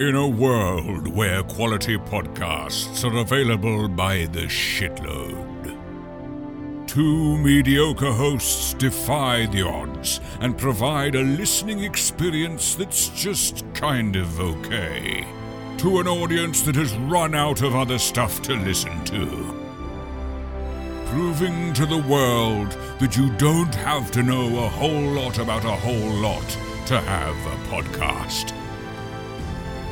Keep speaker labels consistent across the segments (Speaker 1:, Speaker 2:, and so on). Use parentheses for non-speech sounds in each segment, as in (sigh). Speaker 1: In a world where quality podcasts are available by the shitload, two mediocre hosts defy the odds and provide a listening experience that's just kind of okay to an audience that has run out of other stuff to listen to. Proving to the world that you don't have to know a whole lot about a whole lot to have a podcast.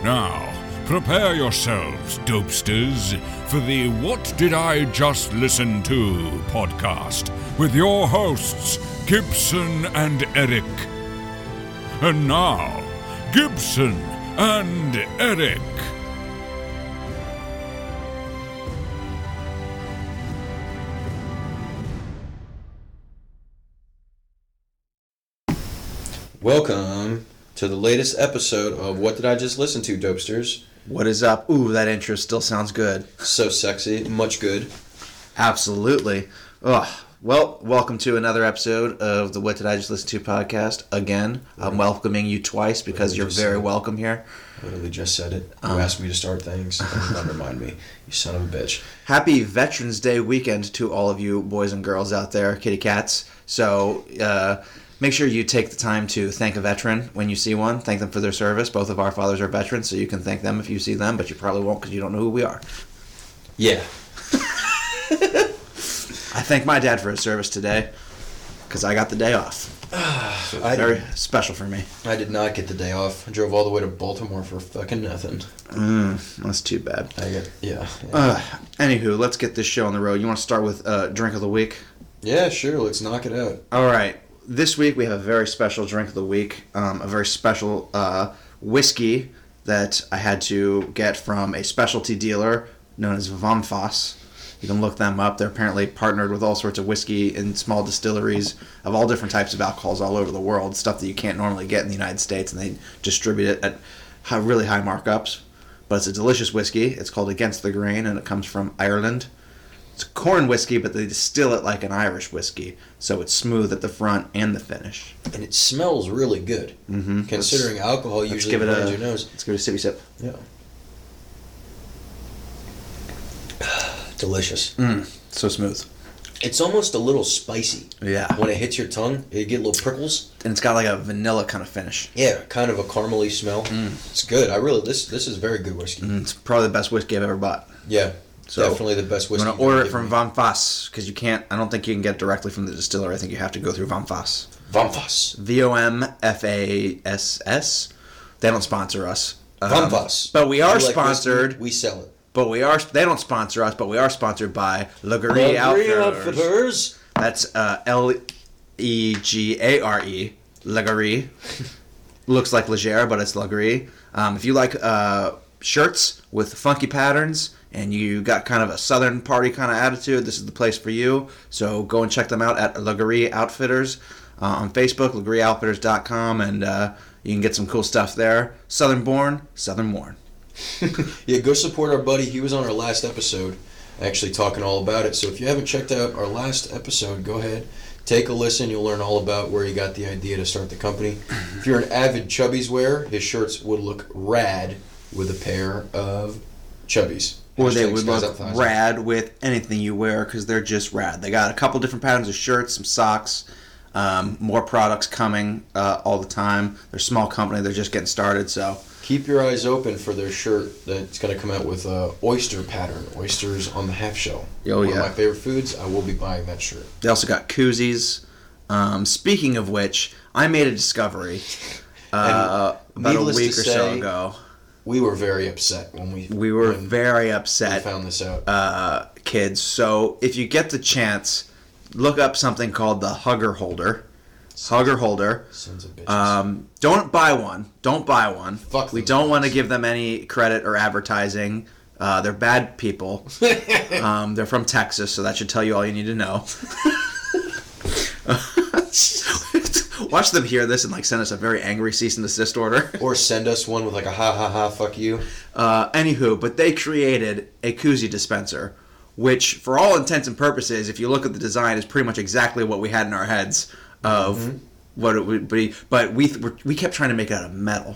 Speaker 1: Now, prepare yourselves, dopesters, for the What Did I Just Listen To podcast with your hosts, Gibson and Eric. And now, Gibson and Eric.
Speaker 2: Welcome to the latest episode of What Did I Just Listen To, Dopesters?
Speaker 3: What is up? Ooh, that intro still sounds good.
Speaker 2: So sexy, much good.
Speaker 3: Absolutely. Ugh. Well, welcome to another episode of the What Did I Just Listen To podcast. Again, I'm welcoming you twice because you're very welcome here.
Speaker 2: Literally just said it.
Speaker 3: Um.
Speaker 2: You asked me to start things and undermined me. You son of a bitch.
Speaker 3: Happy Veterans Day weekend to all of you boys and girls out there, kitty cats. So uh, make sure you take the time to thank a veteran when you see one. Thank them for their service. Both of our fathers are veterans, so you can thank them if you see them, but you probably won't because you don't know who we are.
Speaker 2: Yeah.
Speaker 3: I thank my dad for his service today because I got the day off.
Speaker 2: I
Speaker 3: Very
Speaker 2: did,
Speaker 3: special for me.
Speaker 2: I did not get the day off. I drove all the way to Baltimore for fucking nothing.
Speaker 3: That's too bad.
Speaker 2: I get, yeah. Yeah,
Speaker 3: Uh, anywho, let's get this show on the road. You want to start with uh, drink of the week?
Speaker 2: Yeah, sure. Let's knock it out.
Speaker 3: All right. This week we have a very special drink of the week, um, a very special uh, whiskey that I had to get from a specialty dealer known as Vomfoss. You can look them up. They're apparently partnered with all sorts of whiskey and small distilleries of all different types of alcohols all over the world, stuff that you can't normally get in the United States, and they distribute it at high, really high markups. But it's a delicious whiskey. It's called Against the Grain, and it comes from Ireland. It's corn whiskey, but they distill it like an Irish whiskey, so it's smooth at the front and the finish.
Speaker 2: And it smells really good. Mm-hmm. Considering alcohol
Speaker 3: Let's
Speaker 2: usually
Speaker 3: give it a
Speaker 2: burns your nose.
Speaker 3: let's give it a sippy sip. (sighs)
Speaker 2: Yeah. Delicious.
Speaker 3: So smooth,
Speaker 2: It's almost a little spicy.
Speaker 3: Yeah.
Speaker 2: When it hits your tongue, you get little prickles.
Speaker 3: and it's got like a vanilla kind of finish.
Speaker 2: Yeah, kind of a caramely smell.
Speaker 3: Mm.
Speaker 2: It's good. I really this this is very good whiskey.
Speaker 3: It's probably the best Hmm. whiskey I've ever bought.
Speaker 2: Yeah,
Speaker 3: Mm. So,
Speaker 2: definitely the best whiskey.
Speaker 3: I'm gonna
Speaker 2: you can
Speaker 3: order it
Speaker 2: give
Speaker 3: from
Speaker 2: me.
Speaker 3: Van Voss because you can't. I don't think you can get it directly from the distiller. I think you have to go through Van Voss.
Speaker 2: Vamfas.
Speaker 3: V O M F A S S. They don't sponsor us. Um,
Speaker 2: Vamfas.
Speaker 3: but we
Speaker 2: You
Speaker 3: are
Speaker 2: like
Speaker 3: sponsored.
Speaker 2: whiskey? we sell it.
Speaker 3: but we are. They don't sponsor us. But we are sponsored by Legree
Speaker 2: Green
Speaker 3: Outfitters.
Speaker 2: Outfitters.
Speaker 3: That's uh, L E G A R E, Legare. (laughs) Looks like Legere, but it's Legare. Um, if you like uh, shirts with funky patterns and you got kind of a southern party kind of attitude, this is the place for you. So go and check them out at Legare Outfitters uh, on Facebook, legareoutfitters.com, and uh, you can get some cool stuff there. Southern born, southern worn.
Speaker 2: Yeah, go support our buddy. He was on our last episode, actually talking all about it. So if you haven't checked out our last episode, go ahead, take a listen. You'll learn all about where he got the idea to start the company. If you're an avid Chubbies wearer, his shirts would look rad with a pair of Chubbies.
Speaker 3: Or they
Speaker 2: Hashtag
Speaker 3: would
Speaker 2: Skies Up
Speaker 3: look
Speaker 2: Thousand.
Speaker 3: rad with anything you wear because they're just rad. They got a couple different patterns of shirts, some socks, um, more products coming uh, all the time. They're a small company, they're just getting started. So,
Speaker 2: Keep your eyes open for their shirt that's going to come out with a oyster pattern, oysters on the half shell.
Speaker 3: Oh,
Speaker 2: One
Speaker 3: yeah.
Speaker 2: of my favorite foods. I will be buying that shirt.
Speaker 3: they also got koozies. Um, speaking of which, I made a discovery uh,
Speaker 2: (laughs) And
Speaker 3: about a
Speaker 2: needless to
Speaker 3: week or so
Speaker 2: say,
Speaker 3: ago.
Speaker 2: We were very upset when we
Speaker 3: We were
Speaker 2: when
Speaker 3: very
Speaker 2: we
Speaker 3: upset.
Speaker 2: found this out.
Speaker 3: uh, kids. So if you get the chance, look up something called the Hugger Holder. Hugger Holder.
Speaker 2: Sons of bitches.
Speaker 3: Um, don't buy one. Don't buy one.
Speaker 2: Fuck
Speaker 3: we
Speaker 2: them
Speaker 3: don't want to
Speaker 2: guys.
Speaker 3: give them any credit or advertising. Uh, they're
Speaker 2: (laughs)
Speaker 3: bad people. um, they're from Texas, so that should tell you all you need
Speaker 2: (laughs)
Speaker 3: to know. (laughs) Watch them hear this and like send us a very angry cease and desist order.
Speaker 2: or send us one with like a ha ha ha fuck you.
Speaker 3: Uh, anywho, but they created a koozie dispenser, which, for all intents and purposes, if you look at the design, is pretty much exactly what we had in our
Speaker 2: Mm-hmm.
Speaker 3: heads of what it would be. But we th- we kept trying to make it out of metal.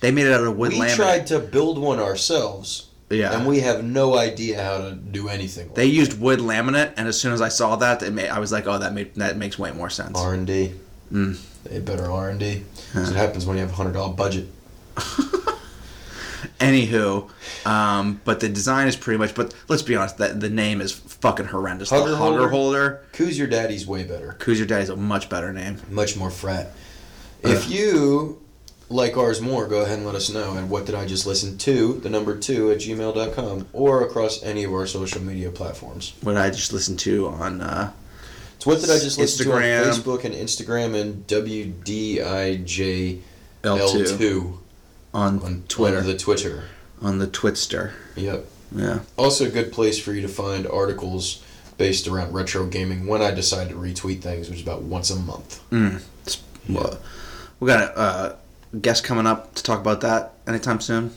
Speaker 3: They made it out of wood
Speaker 2: we
Speaker 3: laminate.
Speaker 2: tried to build one ourselves,
Speaker 3: yeah.
Speaker 2: and we have no idea how to do anything. with
Speaker 3: they used wood laminate, and as soon as I saw that, they made, I was like, "Oh, that made, that makes way more sense."
Speaker 2: R and D.
Speaker 3: Mm.
Speaker 2: They had better R and D. It happens when you have a hundred dollar budget.
Speaker 3: Anywho, um, but the design is pretty much. But let's be honest, that the name is fucking horrendous.
Speaker 2: Hugger
Speaker 3: the
Speaker 2: Holder?
Speaker 3: Hugger Holder,
Speaker 2: Coos your daddy's way better.
Speaker 3: Who's Your Daddy's a much better name.
Speaker 2: Much more frat. If you like ours more, go ahead and let us know. And what did I just listen to? The number two at gmail.com or across any of our social media platforms.
Speaker 3: What I just listened to on uh,
Speaker 2: It's what did I just listen
Speaker 3: Instagram.
Speaker 2: to on Facebook and Instagram and WDIJL2
Speaker 3: L2 on,
Speaker 2: on
Speaker 3: Twitter
Speaker 2: On the Twitter.
Speaker 3: Twitster.
Speaker 2: Yep.
Speaker 3: Yeah,
Speaker 2: Also, a good place for you to find articles based around retro gaming when I decide to retweet things, which is about once a month.
Speaker 3: Mm. Well, we got a uh, guest coming up to talk about that anytime soon.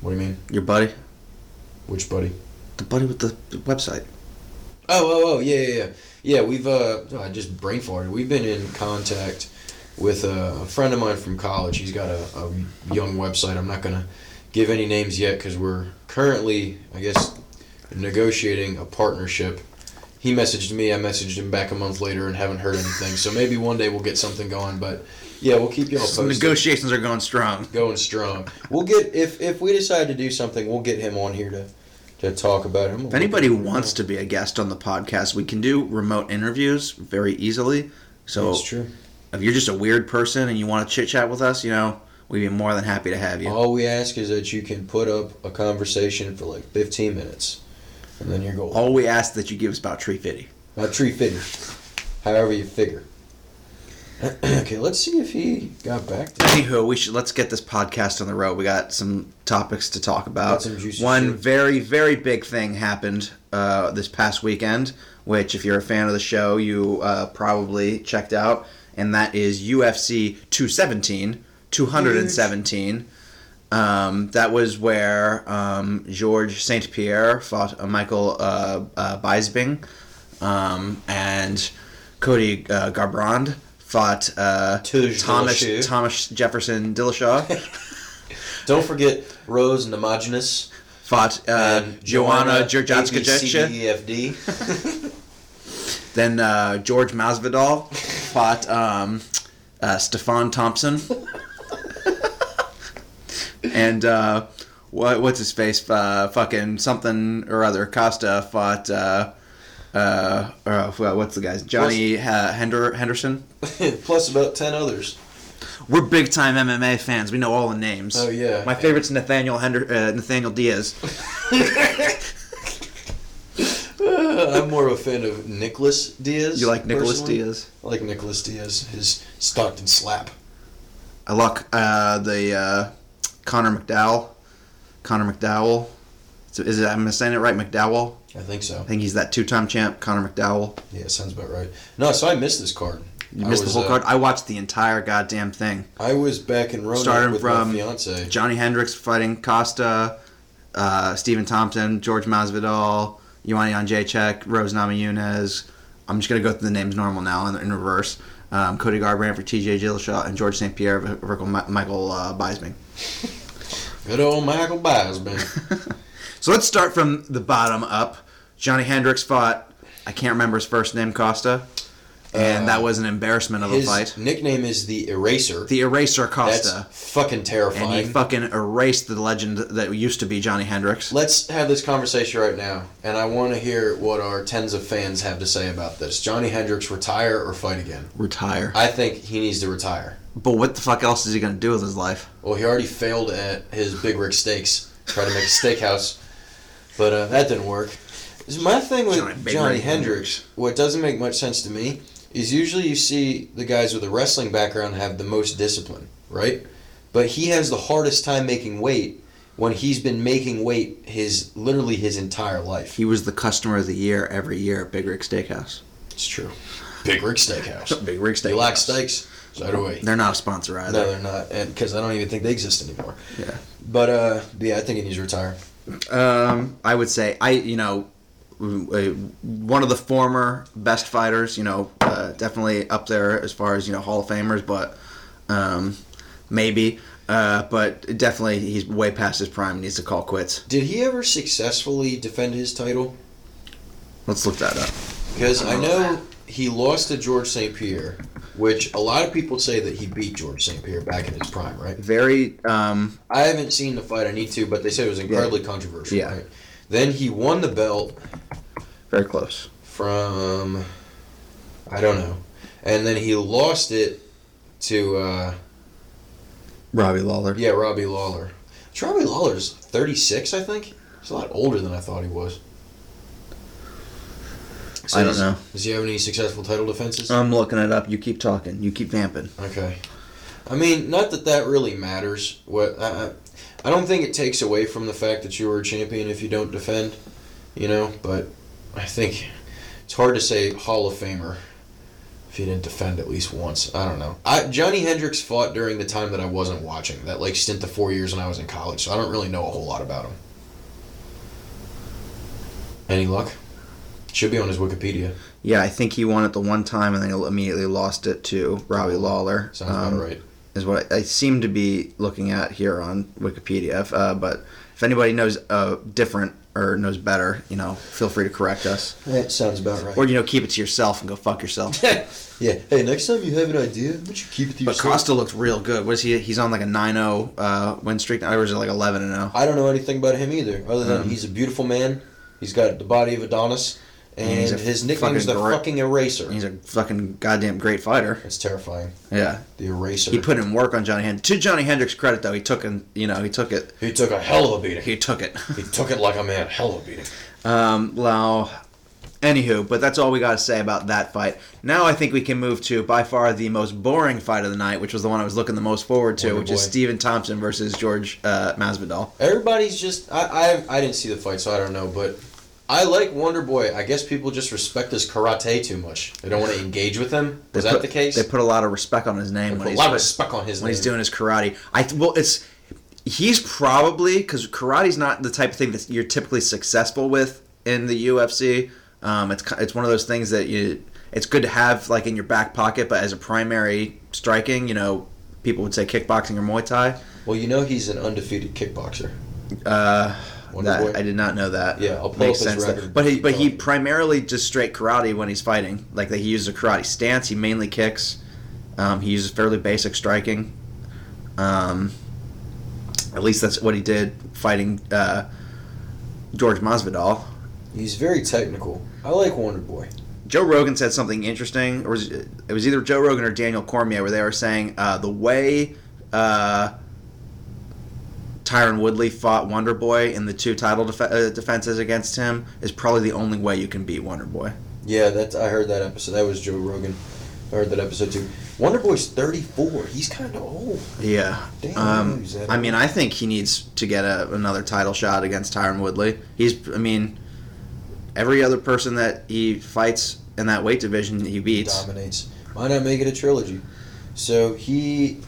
Speaker 2: What do you mean?
Speaker 3: Your buddy,
Speaker 2: Which buddy?
Speaker 3: the buddy with the the website.
Speaker 2: Oh, oh, oh, yeah, yeah, yeah. Yeah, we've, uh, oh, I just brain farted. We've been in contact with a, a friend of mine from college. He's got a, a young website. I'm not going to give any names yet because we're currently, I guess, negotiating a partnership. He messaged me, I messaged him back a month later and haven't heard anything. So maybe one day we'll get something going, but yeah, we'll keep y'all
Speaker 3: So
Speaker 2: posted.
Speaker 3: negotiations are going strong.
Speaker 2: going strong. We'll get if if we decide to do something, we'll get him on here to to talk about him.
Speaker 3: If anybody wants to be a guest on the podcast, we can do remote interviews very easily. So
Speaker 2: that's true.
Speaker 3: if you're just a weird person and you want to chit chat with us, you know, we'd be more than happy to have you.
Speaker 2: All we ask is that you can put up a conversation for like 15 minutes, and then you're golden.
Speaker 3: All we ask that you give us about Tree Fitty.
Speaker 2: Not tree fitting, however you figure. (clears throat) okay, let's see if he got back. To
Speaker 3: Anywho, we should let's get this podcast on the road. We got some topics to talk about.
Speaker 2: Got some juicy
Speaker 3: One
Speaker 2: shit.
Speaker 3: very very big thing happened uh, this past weekend, which if you're a fan of the show, you uh, probably checked out, and that is UFC 217, 217. Um, that was where um, George St. Pierre fought uh, Michael uh, uh, Beisbing, um, and Cody uh, Garbrand fought uh,
Speaker 2: Tuj
Speaker 3: Thomas
Speaker 2: Dillashaw.
Speaker 3: Thomas
Speaker 2: (laughs)
Speaker 3: Jefferson Dillashaw
Speaker 2: Don't forget Rose and Homogenous
Speaker 3: fought uh,
Speaker 2: and
Speaker 3: Joanna
Speaker 2: E
Speaker 3: Jurjanska
Speaker 2: ABCDEFD.
Speaker 3: Then uh, George Masvidal fought um, uh, Stefan Thompson. and uh, what, what's his face? Uh, fucking something or other. Costa fought. Uh, uh, uh, what's the guy's Johnny uh, Hender- Henderson?
Speaker 2: (laughs) Plus about 10 others.
Speaker 3: We're big time MMA fans. We know all the names.
Speaker 2: Oh, yeah.
Speaker 3: My favorite's Nathaniel Hender- uh, Nathaniel Diaz.
Speaker 2: Uh, I'm more of a fan of Nicholas Diaz.
Speaker 3: You like Nicholas
Speaker 2: personally.
Speaker 3: Diaz?
Speaker 2: I like Nicholas Diaz, his Stockton slap.
Speaker 3: I like uh, the uh, Connor McDowell. Connor McDowell. So is it? I'm saying it right, McDowell.
Speaker 2: I think so.
Speaker 3: I think he's that two-time champ, Connor McDowell.
Speaker 2: Yeah, sounds about right. No, so I missed this card.
Speaker 3: You
Speaker 2: I
Speaker 3: missed
Speaker 2: was,
Speaker 3: the whole
Speaker 2: uh,
Speaker 3: card. I watched the entire goddamn thing.
Speaker 2: I was back in Rome
Speaker 3: Starting
Speaker 2: with
Speaker 3: from-
Speaker 2: my fiance.
Speaker 3: Johnny Hendricks fighting Costa, uh, Stephen Thompson, George Masvidal, Ioanni Anjacek, Rose Namajunas. I'm just gonna go through the names normal now in, in reverse. Um, Cody Garbrandt for T.J. Dillashaw and George St. Pierre for for Mi- Michael uh, Bisping.
Speaker 2: Good old Michael
Speaker 3: (laughs)
Speaker 2: Biesman.
Speaker 3: So let's start from the bottom up. Johnny Hendricks fought. I can't remember his first name, Costa, and that was an embarrassment of a
Speaker 2: His
Speaker 3: fight.
Speaker 2: nickname is the Eraser.
Speaker 3: The Eraser
Speaker 2: That's
Speaker 3: Costa,
Speaker 2: fucking
Speaker 3: and
Speaker 2: terrifying.
Speaker 3: he fucking erased the legend that used to be Johnny Hendricks.
Speaker 2: Let's have this conversation right now, and I want to hear what our tens of fans have to say about this. Johnny Hendricks, retire or fight again?
Speaker 3: Retire.
Speaker 2: I think he needs to retire.
Speaker 3: But what the fuck else is he gonna do with his life?
Speaker 2: Well, he already failed at his Big Rick Steaks, trying to make a steakhouse, but uh, that didn't work. Is My thing with
Speaker 3: Johnny
Speaker 2: Johnny,
Speaker 3: Big Rick
Speaker 2: Hendricks, what doesn't make much sense to me, is usually you see the guys with a wrestling background have the most discipline, right? But he has the hardest time making weight when he's been making weight his literally his entire life.
Speaker 3: He was the customer of the year every year at Big Rick Steakhouse.
Speaker 2: It's true. Big Rick Steakhouse.
Speaker 3: Big Rick Steakhouse.
Speaker 2: They lack steaks, so do we.
Speaker 3: They're not a sponsor either.
Speaker 2: No, they're not, because I don't even think they exist anymore.
Speaker 3: Yeah.
Speaker 2: But uh, yeah, I think he needs to retire.
Speaker 3: Um, I would say I, you know, w- uh, one of the former best fighters. You know, uh, definitely up there as far as you know Hall of Famers, but um, maybe Uh, but definitely, he's way past his prime. Needs to call quits.
Speaker 2: Did he ever successfully defend his title?
Speaker 3: Let's look that up.
Speaker 2: Because I know he lost to George St. Pierre, which a lot of people say that he beat George St. Pierre back in his prime, right?
Speaker 3: Very. Um,
Speaker 2: I haven't seen the fight. I need to, but they said it was incredibly controversial.
Speaker 3: Yeah.
Speaker 2: Right? Then he won the belt
Speaker 3: very close.
Speaker 2: from I don't know, and then he lost it to uh,
Speaker 3: Robbie Lawler.
Speaker 2: yeah Robbie Lawler. Which Robbie Lawler's 36, I think. He's a lot older than I thought he was.
Speaker 3: I don't
Speaker 2: does-
Speaker 3: know.
Speaker 2: Does he have any successful title defenses?
Speaker 3: I'm looking it up. You keep talking. You keep vamping.
Speaker 2: Okay. I mean, not that that really matters. What I, I- I don't think it takes away from the fact that you were a champion if you don't defend, you know. But I think it's hard to say Hall of Famer if you didn't defend at least once. I don't know. I, Johnny Hendricks fought during the time that I wasn't watching that like stint the four years when I was in college, so I don't really know a whole lot about him. Any luck? Should be on his Wikipedia.
Speaker 3: Yeah, I think he won it the one time and then he immediately lost it to Robbie Lawler.
Speaker 2: Sounds
Speaker 3: um,
Speaker 2: about right.
Speaker 3: Is what I, I seem to be looking at here on Wikipedia. If, Uh, but if anybody knows uh, different or knows better, you know, feel free to correct us.
Speaker 2: That eh, sounds about right.
Speaker 3: Or, you know, keep it to yourself and go fuck yourself.
Speaker 2: (laughs) yeah. Hey, next time you have an idea, why don't you keep it to
Speaker 3: But
Speaker 2: yourself?
Speaker 3: Costa looked real good. What is he? He's on like a 9-0 uh, win streak now, or is it like oh? 11-0?
Speaker 2: I don't know anything about him either, other than
Speaker 3: Mm-hmm.
Speaker 2: he's a beautiful man. He's got the body of Adonis,
Speaker 3: And he's
Speaker 2: and
Speaker 3: a
Speaker 2: his nickname is the
Speaker 3: fucking gri-
Speaker 2: fucking Eraser.
Speaker 3: He's a fucking goddamn great fighter.
Speaker 2: That's terrifying.
Speaker 3: Yeah,
Speaker 2: The Eraser.
Speaker 3: he put in work on Johnny Hendricks. To Johnny Hendricks' credit, though, he took and you know he took it.
Speaker 2: He took a hell of a beating.
Speaker 3: He took it. (laughs)
Speaker 2: He took it like a man. Hell of a beating.
Speaker 3: Um, now, anywho, but that's all we got to say about that fight. Now I think we can move to by far the most boring fight of the night, which was the one I was looking the most forward to,
Speaker 2: Wonder
Speaker 3: which is
Speaker 2: Boy.
Speaker 3: Steven Thompson versus George uh, Masvidal.
Speaker 2: Everybody's just. I, I I didn't see the fight, so I don't know. But I like Wonder Boy. I guess people just respect his karate too much. They don't want to engage with him.
Speaker 3: They
Speaker 2: Was that
Speaker 3: put-
Speaker 2: the case?
Speaker 3: They put a lot of respect on his name when
Speaker 2: Put a
Speaker 3: he's,
Speaker 2: lot of respect on his
Speaker 3: when he's
Speaker 2: name.
Speaker 3: doing his karate. I th- well, it's he's probably because karate's not the type of thing that you're typically successful with in the UFC. Um, it's ki- it's one of those things that you it's good to have like in your back pocket, but as a primary striking, you know, people would say kickboxing or Muay Thai.
Speaker 2: Well, you know he's an undefeated kickboxer.
Speaker 3: Uh,
Speaker 2: Wonder
Speaker 3: that,
Speaker 2: Boy?
Speaker 3: I did not know that.
Speaker 2: Yeah, I'll pull
Speaker 3: Makes
Speaker 2: up his
Speaker 3: sense. that-
Speaker 2: record.
Speaker 3: but he, but
Speaker 2: Keep
Speaker 3: he
Speaker 2: going.
Speaker 3: primarily just straight karate when he's fighting. Like that, he uses a karate stance. He mainly kicks. Um, he uses fairly basic striking. Um, at least that's what he did fighting uh, George Masvidal.
Speaker 2: He's very technical. I like Wonder Boy.
Speaker 3: Joe Rogan said something interesting, or was it, it was either Joe Rogan or Daniel Cormier, where they were saying uh, the way uh, Tyron Woodley fought Wonder Boy in the two title def- uh, defenses against him is probably the only way you can beat Wonder Boy.
Speaker 2: Yeah, that I heard that episode. That was Joe Rogan. I heard that episode too. Wonder Boy's thirty four. He's kind of old.
Speaker 3: Yeah.
Speaker 2: Damn,
Speaker 3: Um,
Speaker 2: he's that
Speaker 3: I mean,
Speaker 2: old.
Speaker 3: I think he needs to get a, another title shot against Tyron Woodley. He's, I mean, every other person that he fights in that weight division, he beats.
Speaker 2: Dominates. Why not make it a trilogy? So he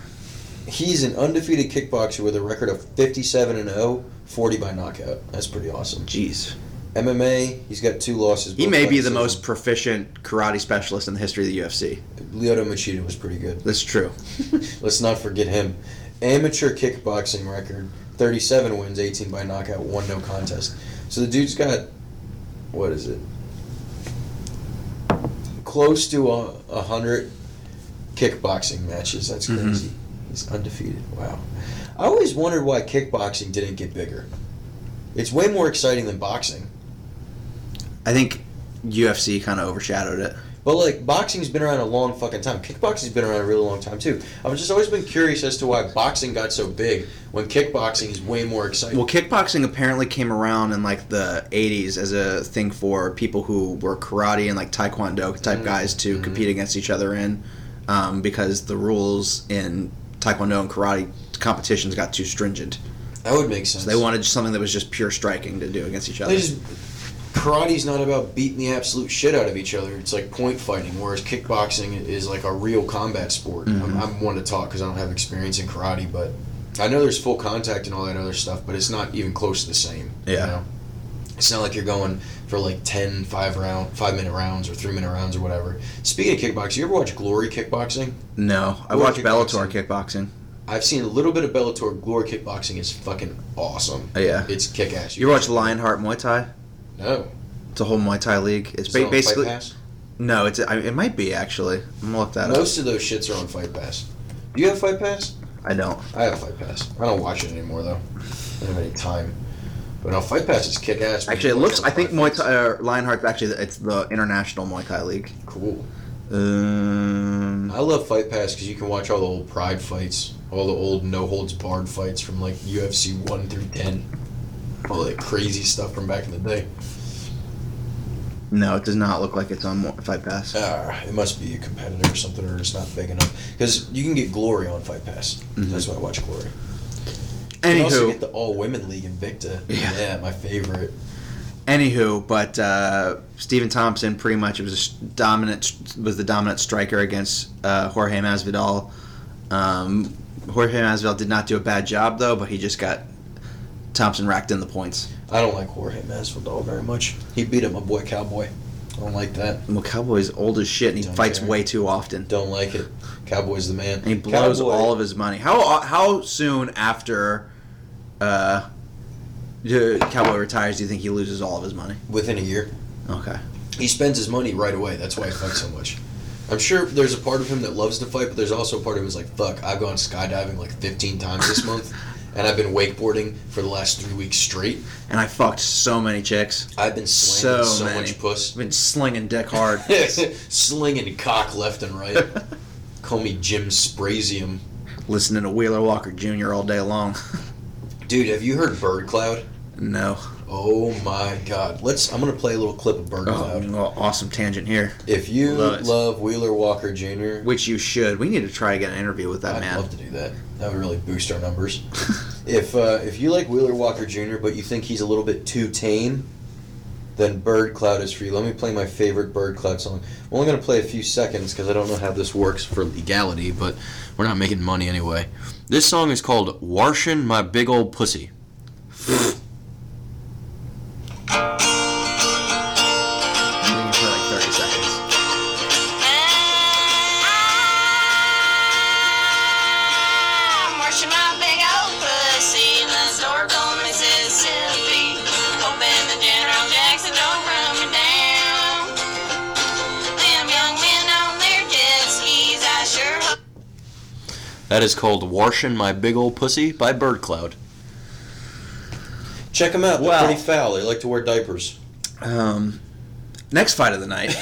Speaker 2: he's an undefeated kickboxer with a record of fifty seven and 0, 40 by knockout. That's pretty awesome.
Speaker 3: Jeez.
Speaker 2: MMA. He's got two losses.
Speaker 3: He
Speaker 2: both
Speaker 3: may
Speaker 2: by
Speaker 3: be the
Speaker 2: decision.
Speaker 3: most proficient karate specialist in the history of the UFC.
Speaker 2: Lyoto Machida was pretty good.
Speaker 3: That's true.
Speaker 2: Let's not forget him. Amateur kickboxing record: thirty-seven wins, eighteen by knockout, one no contest. So the dude's got what is it? Close to a, a hundred kickboxing matches. That's crazy. He's undefeated. Wow. I always wondered why kickboxing didn't get bigger. It's way more exciting than boxing.
Speaker 3: I think UFC kind of overshadowed it.
Speaker 2: But like boxing's been around a long fucking time. Kickboxing's been around a really long time too. I've just always been curious as to why boxing got so big when kickboxing is way more exciting.
Speaker 3: Well, kickboxing apparently came around in like the 80s as a thing for people who were karate and like taekwondo
Speaker 2: Mm-hmm.
Speaker 3: type guys to compete against each other in um, because the rules in taekwondo and karate competitions got too stringent.
Speaker 2: that would make sense.
Speaker 3: So they wanted something that was just pure striking to do against each other.
Speaker 2: They just karate's not about beating the absolute shit out of each other. It's like point fighting, whereas kickboxing is like a real combat sport.
Speaker 3: Mm-hmm.
Speaker 2: I'm, I'm one to talk because I don't have experience in karate, but I know there's full contact and all that other stuff, but it's not even close to the same.
Speaker 3: Yeah.
Speaker 2: know? It's not like you're going for like 10 five round, five minute rounds or three minute rounds or whatever. Speaking of kickboxing, you ever watch Glory Kickboxing?
Speaker 3: no, I
Speaker 2: Or
Speaker 3: watched
Speaker 2: kickboxing.
Speaker 3: Bellator kickboxing.
Speaker 2: I've seen a little bit of Bellator. Glory kickboxing is fucking awesome.
Speaker 3: Oh, yeah.
Speaker 2: It's kick ass.
Speaker 3: You watch Lionheart Muay Thai?
Speaker 2: No.
Speaker 3: It's a whole Muay Thai league. It's,
Speaker 2: It's
Speaker 3: ba-
Speaker 2: not on Fight
Speaker 3: basically
Speaker 2: Pass?
Speaker 3: no. It's I, it might be actually. I'm gonna look that up.
Speaker 2: Most of those shits are on Fight Pass. Do you have Fight Pass?
Speaker 3: I don't.
Speaker 2: I have Fight Pass. I don't watch it anymore though. I don't have any time. But no, Fight Pass is kick ass.
Speaker 3: Actually, it looks. I think Muay Thai or Lionheart. Actually, it's the international Muay Thai league.
Speaker 2: Cool.
Speaker 3: Um,
Speaker 2: I love Fight Pass because you can watch all the old Pride fights, all the old no holds barred fights from like UFC one through ten, all that crazy stuff from back in the day.
Speaker 3: no, it does not look like it's on Mo- Fight Pass.
Speaker 2: Ah, it must be a competitor or something, or it's not big enough. Because you can get Glory on Fight Pass.
Speaker 3: Mhm.
Speaker 2: That's why I watch Glory. You can also get
Speaker 3: Anywho,
Speaker 2: the All Women League Invicta.
Speaker 3: Yeah.
Speaker 2: yeah, my favorite.
Speaker 3: anywho, but uh, Stephen Thompson pretty much was a s- dominant was the dominant striker against uh, Jorge Masvidal. Um, Jorge Masvidal did not do a bad job though, but he just got Thompson racked in the points.
Speaker 2: I don't like Jorge Masvidal very much. He beat up my boy Cowboy. I don't like that.
Speaker 3: Well, Cowboy's old as shit, and he
Speaker 2: Don't
Speaker 3: fights
Speaker 2: care.
Speaker 3: way too often.
Speaker 2: Don't like it. Cowboy's the man.
Speaker 3: And he blows
Speaker 2: Cowboy-
Speaker 3: all of his money. How uh, how soon after uh, the Cowboy retires do you think he loses all of his money?
Speaker 2: within a year.
Speaker 3: Okay.
Speaker 2: He spends his money right away. That's why he fights so much. I'm sure there's a part of him that loves to fight, but there's also a part of him that's like, fuck, I've gone skydiving like 15 times this
Speaker 3: (laughs)
Speaker 2: month, and I've been wakeboarding for the last three weeks straight.
Speaker 3: And I fucked so many chicks.
Speaker 2: I've been
Speaker 3: So,
Speaker 2: slinging so,
Speaker 3: many.
Speaker 2: much puss. (laughs)
Speaker 3: I've been slinging dick hard.
Speaker 2: slinging cock left and
Speaker 3: (laughs)
Speaker 2: right. Call me Jim Sprazium.
Speaker 3: Listening to Wheeler Walker Jr. all day long. (laughs)
Speaker 2: Dude, have you heard Bird Cloud?
Speaker 3: No.
Speaker 2: Oh my god. Let's I'm gonna play a little clip of Bird
Speaker 3: Oh,
Speaker 2: Cloud.
Speaker 3: well, awesome tangent here.
Speaker 2: If you
Speaker 3: Love it.
Speaker 2: love, Wheeler Walker Jr.,
Speaker 3: Which you should. We need to try to get an interview with that
Speaker 2: I'd
Speaker 3: man.
Speaker 2: love to do that. That would really boost our
Speaker 3: (laughs)
Speaker 2: numbers. if uh, if you like Wheeler Walker Jr., but you think he's a little bit too tame, then Bird Cloud is for you. Let me play my favorite Bird Cloud song. I'm only going to play a few seconds because I don't know how this works for legality, but we're not making money anyway. This song is called "Washin' My Big Old Pussy."
Speaker 3: We can play like 30 seconds.
Speaker 4: I'm washing my big old pussy in historical Mississippi. Hoping that General Jackson don't run me down. Them young men on their jet skis, I sure hope.
Speaker 2: That is called "Washin' My Big Old Pussy" by Bird Cloud. Check them out. They're
Speaker 3: Wow.
Speaker 2: pretty foul. They like to wear diapers.
Speaker 3: Um, next fight of
Speaker 2: (laughs)
Speaker 3: the night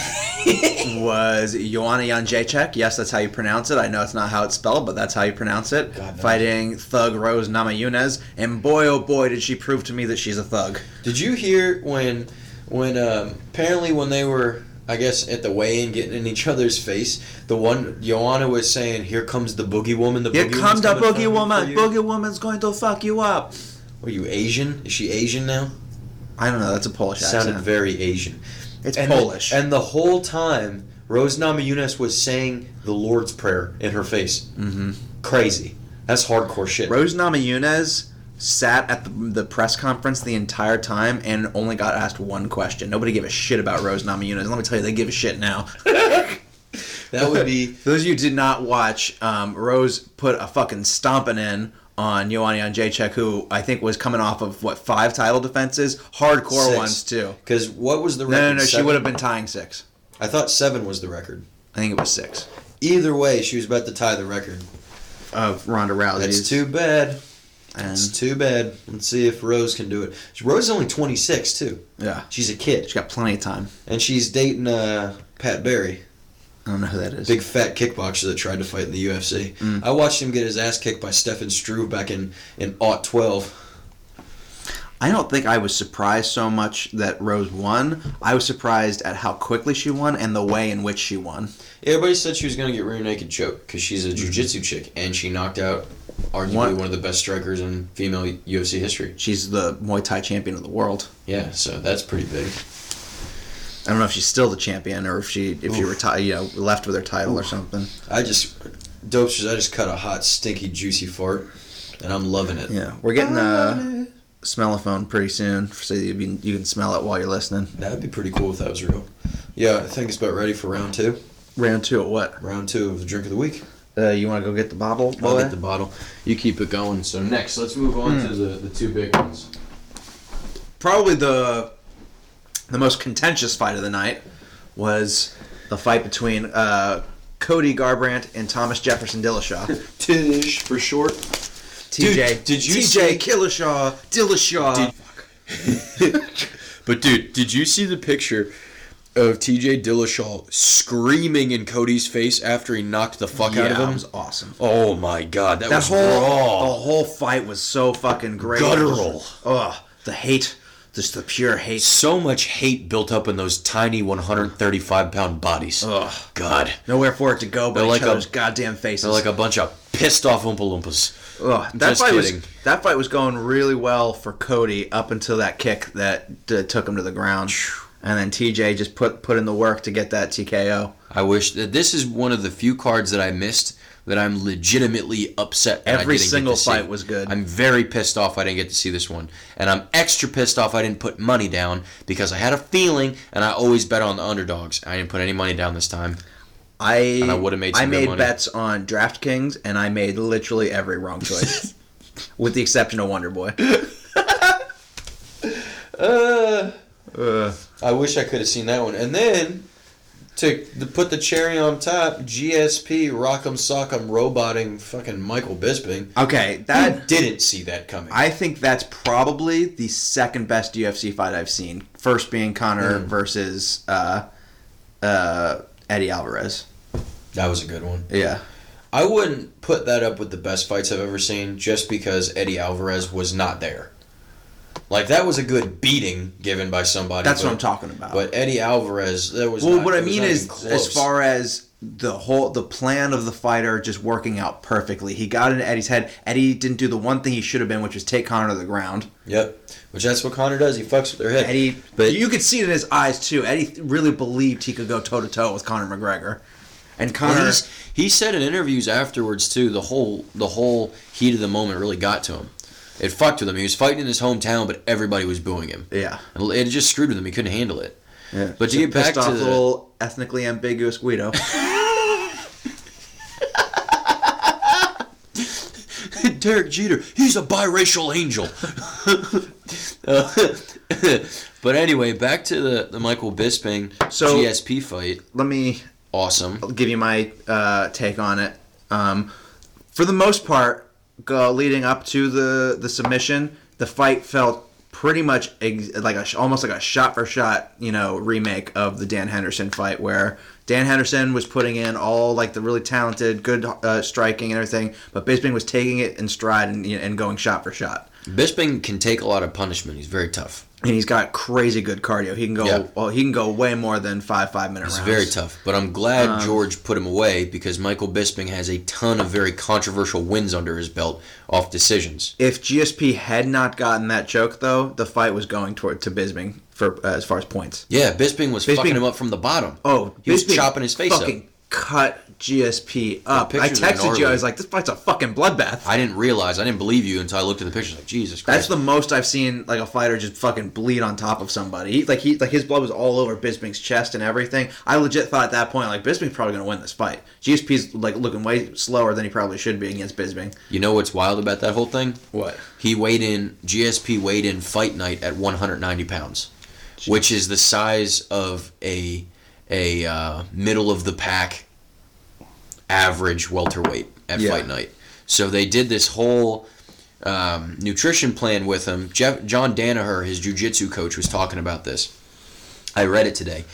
Speaker 3: was Joanna Janjacek. Yes, that's how you pronounce it. I know it's not how it's spelled, but that's how you pronounce it.
Speaker 2: God knows.
Speaker 3: Fighting Thug Rose Namajunas, and boy oh boy did she prove to me that she's a thug.
Speaker 2: Did you hear when, when um, apparently when they were, I guess at the weigh-in getting in each other's face, the one Joanna was saying, "Here comes the boogie woman." The
Speaker 3: Here
Speaker 2: boogie woman's
Speaker 3: comes the
Speaker 2: coming for me,
Speaker 3: boogie
Speaker 2: for
Speaker 3: woman.
Speaker 2: you."
Speaker 3: Boogie woman's going to fuck you up.
Speaker 2: Are you Asian? Is she Asian now?
Speaker 3: I don't know. That's a Polish
Speaker 2: Sounded
Speaker 3: accent.
Speaker 2: very Asian.
Speaker 3: it's
Speaker 2: and
Speaker 3: Polish.
Speaker 2: The, and the whole time, Rose Namajunas was saying the Lord's Prayer in her face.
Speaker 3: Mhm.
Speaker 2: Crazy. That's hardcore shit.
Speaker 3: Rose Namajunas sat at the, the press conference the entire time and only got asked one question. Nobody gave a shit about Rose Namajunas. Let me tell you, they give a shit now.
Speaker 2: that would be.
Speaker 3: For (laughs) those of you who did not watch, um, Rose put a fucking stomping in on Joanna Jacek, who I think was coming off of what five title defenses, hardcore
Speaker 2: Six.
Speaker 3: ones too.
Speaker 2: Because what was the
Speaker 3: No,
Speaker 2: record?
Speaker 3: no, no. She
Speaker 2: Seven?
Speaker 3: would have been tying six.
Speaker 2: I thought seven was the record.
Speaker 3: I think it was six
Speaker 2: Either way, she was about to tie the record.
Speaker 3: of Ronda Rousey's.
Speaker 2: That's too bad.
Speaker 3: And
Speaker 2: It's too bad. Let's see if Rose can do it. Rose is only 26 too.
Speaker 3: yeah,
Speaker 2: She's a kid,
Speaker 3: she's got plenty of time.
Speaker 2: and she's dating uh, Pat Barry,
Speaker 3: I don't know who that is.
Speaker 2: big fat kickboxer that tried to fight in the UFC.
Speaker 3: Mm.
Speaker 2: I watched him get his ass kicked by Stefan Struve back in in aught 12.
Speaker 3: I don't think I was surprised so much that Rose won. I was surprised at how quickly she won and the way in which she won.
Speaker 2: Everybody said she was gonna get rear naked choke because she's a jujitsu chick, and she knocked out arguably
Speaker 3: Mm-hmm. One-
Speaker 2: one of the best strikers in female UFC history.
Speaker 3: She's the Muay Thai champion of the world.
Speaker 2: Yeah, so that's pretty big.
Speaker 3: I don't know if she's still the champion or if she if she retired, you know, left with her title or something.
Speaker 2: I just dopesters. I just cut a hot, stinky, juicy fart, and I'm loving it.
Speaker 3: Yeah, we're getting a smellophone pretty soon, so you can you can smell it while you're listening.
Speaker 2: That'd be pretty cool if that was real. Yeah, I think it's about ready for round two.
Speaker 3: Round two at what?
Speaker 2: Round two of the drink of the week.
Speaker 3: Uh, you want to go get the bottle?
Speaker 2: I'll
Speaker 3: boy?
Speaker 2: get the bottle. You keep it going. So next, let's move on
Speaker 3: Hmm.
Speaker 2: to the, the two big ones.
Speaker 3: Probably the the most contentious fight of the night was the fight between uh, Cody Garbrandt and Thomas Jefferson (laughs) Dillashaw.
Speaker 2: Tish for short.
Speaker 3: TJ,
Speaker 2: Dude, did you
Speaker 3: TJ
Speaker 2: see-
Speaker 3: Killashaw Dillashaw?
Speaker 2: But dude, did you see the picture of TJ Dillashaw screaming in Cody's face after he knocked the fuck out
Speaker 3: yeah,
Speaker 2: of him?
Speaker 3: it was awesome.
Speaker 2: oh my god, that,
Speaker 3: That
Speaker 2: was
Speaker 3: whole the
Speaker 2: raw.
Speaker 3: whole fight was so fucking great.
Speaker 2: Guttural.
Speaker 3: Ugh, the hate, just the pure hate.
Speaker 2: So much hate built up in those tiny 135 pound bodies.
Speaker 3: Ugh.
Speaker 2: God.
Speaker 3: Nowhere for it to go but
Speaker 2: They're like
Speaker 3: each
Speaker 2: a-
Speaker 3: other's goddamn faces.
Speaker 2: They're like a bunch of pissed off Oompa Loompas.
Speaker 3: Ugh, that
Speaker 2: Just
Speaker 3: fight
Speaker 2: kidding.
Speaker 3: was that fight was going really well for Cody up until that kick that uh, took him to the ground, and then TJ just put put in the work to get that TKO.
Speaker 2: I wish that this is one of the few cards that I missed that I'm legitimately upset. that I
Speaker 3: Every
Speaker 2: didn't get
Speaker 3: single
Speaker 2: to see.
Speaker 3: fight was good.
Speaker 2: I'm very pissed off I didn't get to see this one, and I'm extra pissed off I didn't put money down because I had a feeling, and I always bet on the underdogs. I didn't put any money down this time.
Speaker 3: I
Speaker 2: I would've made some
Speaker 3: I
Speaker 2: good
Speaker 3: made
Speaker 2: money.
Speaker 3: bets on DraftKings and I made literally every wrong
Speaker 2: (laughs)
Speaker 3: choice, with the exception of Wonder Boy.
Speaker 2: I wish I could have seen that one. And then to, to put the cherry on top, GSP Rock'em Sock'em roboting fucking Michael Bisping.
Speaker 3: Okay,
Speaker 2: (laughs)
Speaker 3: that
Speaker 2: didn't see that coming.
Speaker 3: I think that's probably the second best UFC fight I've seen. First being Connor
Speaker 2: Mm.
Speaker 3: versus uh, uh, Eddie Alvarez.
Speaker 2: that was a good one.
Speaker 3: Yeah.
Speaker 2: I wouldn't put that up with the best fights I've ever seen just because Eddie Alvarez was not there. Like that was a good beating given by somebody.
Speaker 3: That's
Speaker 2: but-
Speaker 3: what I'm talking about.
Speaker 2: But Eddie Alvarez, that was
Speaker 3: well,
Speaker 2: not-
Speaker 3: what I
Speaker 2: it was
Speaker 3: mean
Speaker 2: not
Speaker 3: is,
Speaker 2: even
Speaker 3: as
Speaker 2: close.
Speaker 3: far as the whole the plan of the fighter just working out perfectly. He got into Eddie's head. Eddie didn't do the one thing he should have been, which was take Connor to the ground.
Speaker 2: yep, which that's what Connor does. He fucks with their head.
Speaker 3: Eddie,
Speaker 2: but
Speaker 3: you could see it in his eyes too. Eddie really believed he could go toe to toe with Conor McGregor, and
Speaker 2: Well,
Speaker 3: Conor.
Speaker 2: he's- he said in interviews afterwards too. The whole the whole heat of the moment really got to him. It fucked with him. He was fighting in his hometown, but everybody was booing him.
Speaker 3: Yeah.
Speaker 2: And it just screwed with him. He couldn't handle it.
Speaker 3: Yeah.
Speaker 2: But to get back
Speaker 3: pissed
Speaker 2: to
Speaker 3: off
Speaker 2: the-
Speaker 3: little ethnically ambiguous Guido. (laughs)
Speaker 2: (laughs) Derek Jeter, he's a biracial angel. (laughs) Uh, but anyway, back to the, the Michael Bisping
Speaker 3: So-
Speaker 2: GSP fight.
Speaker 3: Let me
Speaker 2: Awesome.
Speaker 3: give you my uh, take on it. Um, for the most part, go, leading up to the the submission, the fight felt pretty much ex- like a sh- almost like a shot for shot, you know, remake of the Dan Henderson fight, where Dan Henderson was putting in all like the really talented, good uh, striking and everything, but Bisping was taking it in stride and, you know, and going shot for shot.
Speaker 2: Bisping can take a lot of punishment. He's very tough.
Speaker 3: And he's got crazy good cardio. He can go
Speaker 2: Yeah.
Speaker 3: well, he can go way more than five five minute
Speaker 2: He's
Speaker 3: rounds.
Speaker 2: very tough. But I'm glad
Speaker 3: Um,
Speaker 2: George put him away because Michael Bisping has a ton of very controversial wins under his belt off decisions.
Speaker 3: If GSP had not gotten that choke, though, the fight was going toward to Bisping for uh, as far as points.
Speaker 2: Yeah, Bisping was fucking
Speaker 3: Bisping-
Speaker 2: him up from the bottom.
Speaker 3: Oh,
Speaker 2: he was
Speaker 3: Bisping
Speaker 2: chopping his face
Speaker 3: fucking
Speaker 2: up.
Speaker 3: Cut GSP up. I
Speaker 2: pictures are
Speaker 3: texted you. I
Speaker 2: gnarly.
Speaker 3: was like, "This fight's a fucking bloodbath."
Speaker 2: I didn't realize. I didn't believe you until I looked at the pictures. Like Jesus
Speaker 3: That's
Speaker 2: Christ.
Speaker 3: the most I've seen like a fighter just fucking bleed on top of somebody. He, like he like his blood was all over Bisping's chest and everything. I legit thought at that point like Bisping's probably gonna win this fight. GSP's like looking way slower than he probably should be against Bisping.
Speaker 2: you know what's wild about that whole thing?
Speaker 3: What?
Speaker 2: He weighed in GSP weighed in fight night at 190 pounds, which is the size of a a uh, middle of the pack average welterweight at
Speaker 3: Yeah.
Speaker 2: fight night. So they did this whole um, nutrition plan with him. Jeff, John Danaher, his jiu-jitsu coach, was talking about this. I read it today.